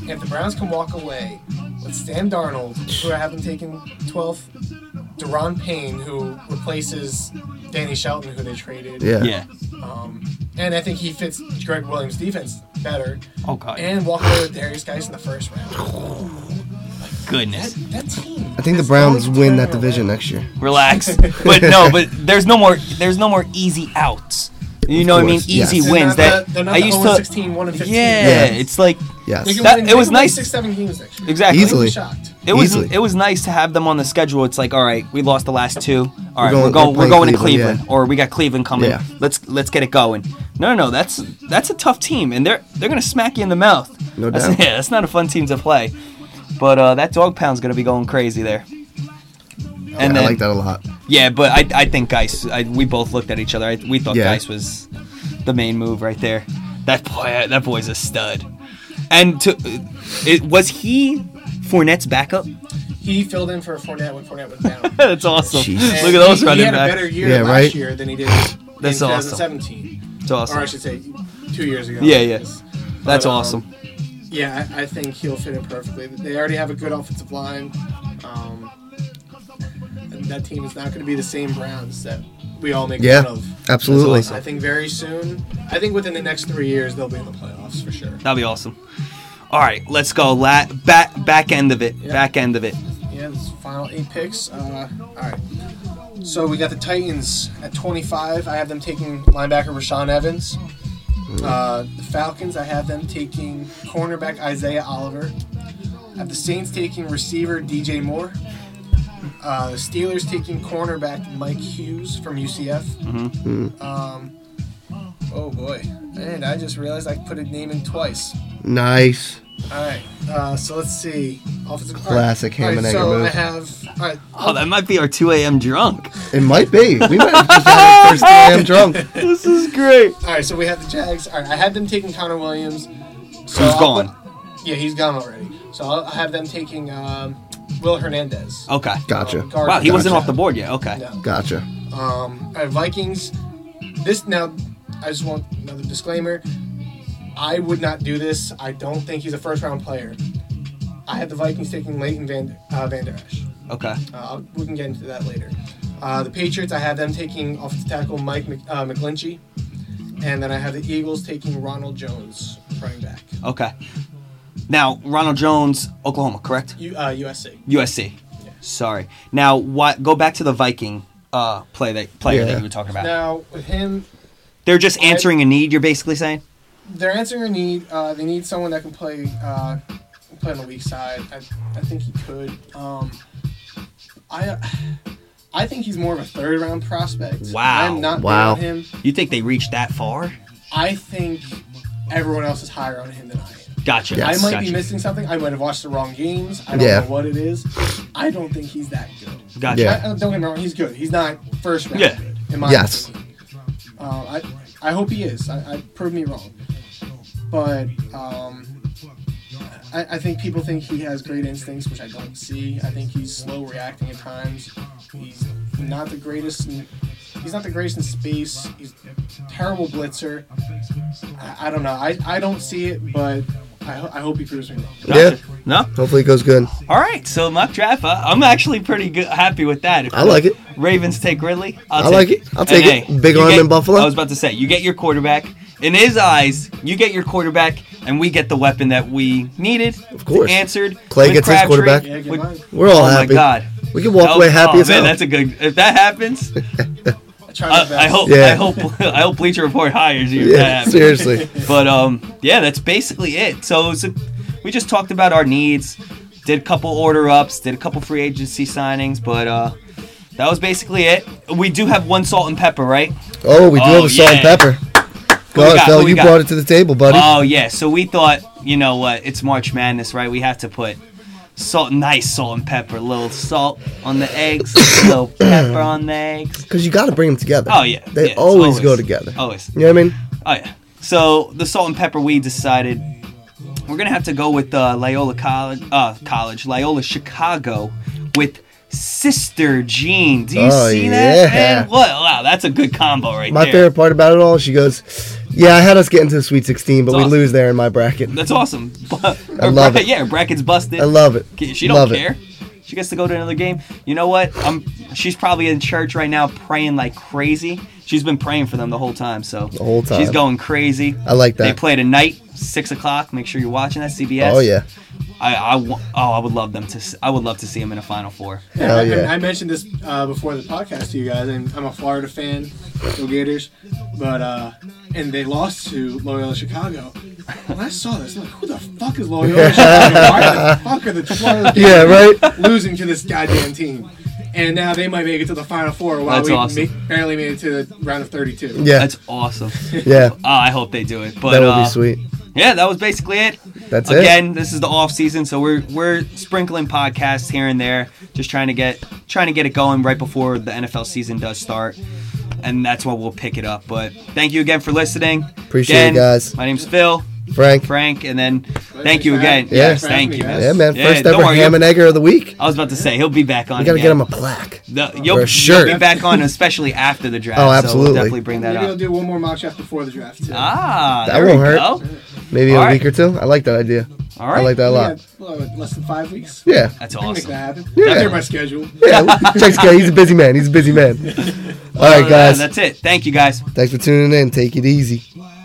And if the Browns can walk away with Sam Darnold, who I haven't taken 12th, Deron Payne, who replaces Danny Shelton, who they traded, Yeah. Yeah. um, and I think he fits Greg Williams' defense better, Oh god. and walk away with Darius Geis in the first round. That, Goodness. that team. I think the is Browns always win that turning division eh? around. next year. Relax. but no, but there's no more there's no more easy outs. You know what I mean? course, yes. Easy They're They're wins not that the- they're not I the used 0 to 16, 1 and 15. yeah, Yeah. it's like They Yes. can That- win- it they was can win nice. Six seven games next year. Exactly. Easily. I'd be shocked. It was Easily. it was nice to have them on the schedule. It's like, all right, we lost the last two. All right, going- we're going we're we're playing going to Cleveland, Cleveland, yeah. or we got Cleveland coming. Yeah. Let's let's get it going. No, no, no. That's that's a tough team, and they're they're gonna smack you in the mouth. No that's, doubt. Yeah, that's not a fun team to play. But uh, that dog pound's gonna be going crazy there. And I then, like that a lot. yeah, but I, I think Geis. I, we both looked at each other. I, we thought Yeah. Geis was the main move right there. That boy, that boy's a stud. And to, it, was he Fournette's backup? He filled in for Fournette when Fournette went down. That's awesome. Jeez. And Look at those he, running He had backs. a better year Yeah, last right? year than he did That's in awesome. 2017. That's Or I awesome. should say, two years ago. Yeah, yeah. That's But, um, awesome. Yeah, I, I think he'll fit in perfectly. They already have a good offensive line. Um, and that team is not going to be the same Browns that we all make Yeah. fun of. Absolutely. I think very soon, I think within the next three years, they'll be in the playoffs for sure. That'll be awesome. All right, let's go. La- back back end of it. Yeah. Back end of it. Yeah, this is final eight picks. Uh, all right. So we got the Titans at 25. I have them taking linebacker Rashawn Evans. Uh, the Falcons, I have them taking cornerback Isaiah Oliver. I have the Saints taking receiver DJ Moore. Uh, the Steelers taking cornerback Mike Hughes from UCF. Um, oh boy. And I just realized I put a name in twice. Nice. All right. Uh, so let's see. Offensive all right. Classic All ham and egg so move. I have. All right. Oh, that might be our 2 a.m. drunk. It might be. We might have just had our first damn drunk. this is great. All right. So we have the Jags. All right. I had them taking Connor Williams. So Who's I'll gone? put- yeah, he's gone already. So I'll, I have them taking um, Will Hernandez. Okay. Gotcha. Um, guard Wow, he wasn't gotcha. off the board yet. Okay. No. Gotcha. Um, all right, Vikings. This now, I just want another disclaimer. I would not do this. I don't think he's a first round player. I had the Vikings taking Leighton Van uh, Van Der Esch. Okay. Uh, we can get into that later. Uh, the Patriots, I have them taking offensive tackle Mike Mc, uh, McGlinchey, and then I have the Eagles taking Ronald Jones, running back, Okay. Now, Ronald Jones, Oklahoma, correct? U, uh, USC. USC. Sorry. Now, what? Go back to the Viking uh, play that player that Yeah. you were talking about. Now with him, They're just I- answering a need. You're basically saying. they're answering a need. Uh, they need someone that can play uh, play on the weak side. I, I think he could. Um, I I think he's more of a third round prospect. Wow. I'm not big Wow. on him. You think they reached that far? I think everyone else is higher on him than I am. Gotcha. Yeah. I might gotcha. be missing something. I might have watched the wrong games. I don't Yeah. know what it is. I don't think he's that good. Gotcha. Yeah. I- I- don't get me wrong. He's good. He's not first round. Yeah. good, in my Yes. opinion. Uh, I, I hope he is. I, I prove me wrong. But um, I, I think people think he has great instincts, which I don't see. I think he's slow reacting at times. He's not the greatest. In, he's not the greatest in space. He's a terrible blitzer. I, I don't know. I, I don't see it, but I, ho- I hope he proves me wrong. Yeah. No. Hopefully it goes good. All right. So mock draft. uh, I'm actually pretty good, happy with that. If I like it. Ravens take Ridley. I'll I like it. I'll take it. Big you arm get- in Buffalo. I was about to say, you get your quarterback. In his eyes, you get your quarterback, and we get the weapon that we needed. Of course. Answered. Clay with gets his Crabtree, quarterback. Yeah, get with- mine. We're all oh happy. my God. We can walk That away was- happy oh, as man, hell. That's a good. If that happens, I try my I, best. I hope. Yeah. I hope. I hope Bleacher Report hires you. if that yeah, happens. seriously. But um, yeah, that's basically it. So, it's a, we just talked about our needs, did a couple order ups, did a couple free agency signings, but uh, that was basically it. We do have one salt and pepper, right? Oh, we do Oh, have a salt and yeah. pepper. we God, got? Who Phil, we you got? brought it to the table, buddy. Oh yeah. So we thought, you know what? It's March Madness, right? We have to put salt, nice salt and pepper, a little salt on the eggs, a little pepper on the eggs. Because you got to bring them together. Oh yeah. They yeah, it's always, go together. Always. You know what I mean? Oh yeah. So the salt and pepper, we decided we're gonna have to go with uh, Loyola College, uh, College Loyola Chicago with Sister Jean. Do you Oh, see yeah. that, man? What? Wow, that's a good combo right My there. favorite part about it all, she goes, "Yeah, I had us get into the Sweet 16, but It's we awesome. lose there in my bracket." That's awesome. I love it. Yeah, her brackets busted. I love it. She don't love care. It. She gets to go to another game. You know what? I'm. She's probably in church right now praying like crazy. She's been praying for them the whole time. So the whole she's time. going crazy. I like They that. play tonight, six o'clock. Make sure you're watching that CBS. Oh yeah, I, I wa- oh I would love them to. s- I would love to see them in a Final Four. hell I, I- yeah. I mentioned this uh, before the podcast to you guys, and I'm a Florida fan, go Gators, but uh, and they lost to Loyola Chicago. When I saw this, I'm like, who the fuck is Loyola Chicago? Why the fuck are the Florida Gators yeah, right. losing to this goddamn team? And now they might make it to the Final Four while That's we awesome. ma- barely made it to the round of 32. Yeah, That's awesome. yeah. Oh, I hope they do it. But That would uh, be sweet. yeah, that was basically it. That's it. Again, this is the off season, so we're we're sprinkling podcasts here and there, just trying to get trying to get it going right before the NFL season does start, and that's when we'll pick it up. But thank you again for listening. Appreciate Again, it, guys. My name's Phil Frank. Frank, and then thank you for again. having- Yes, Yeah. thank you. Yeah, man. Yeah, man. Yeah, First don't ever worry, ham you'll- and egger of the week. I was about to say he'll be back on. We gotta again. get him a plaque. No, you'll, a you'll shirt. be back on, especially after the draft. Oh, So we'll absolutely. definitely bring that Maybe I'll up. do one more mock draft before the draft. Too. Ah, That there won't we hurt. go. Maybe All a right. week or two. I like that idea. All right. I like that a We lot. have, well, less than five weeks. Yeah. That's I can make that awesome. happen. Yeah. Yeah. After my schedule. Yeah. Jake's good. He's a busy man. He's a busy man. All right, Uh, guys. That's it. Thank you, guys. Thanks for tuning in. Take it easy. Flag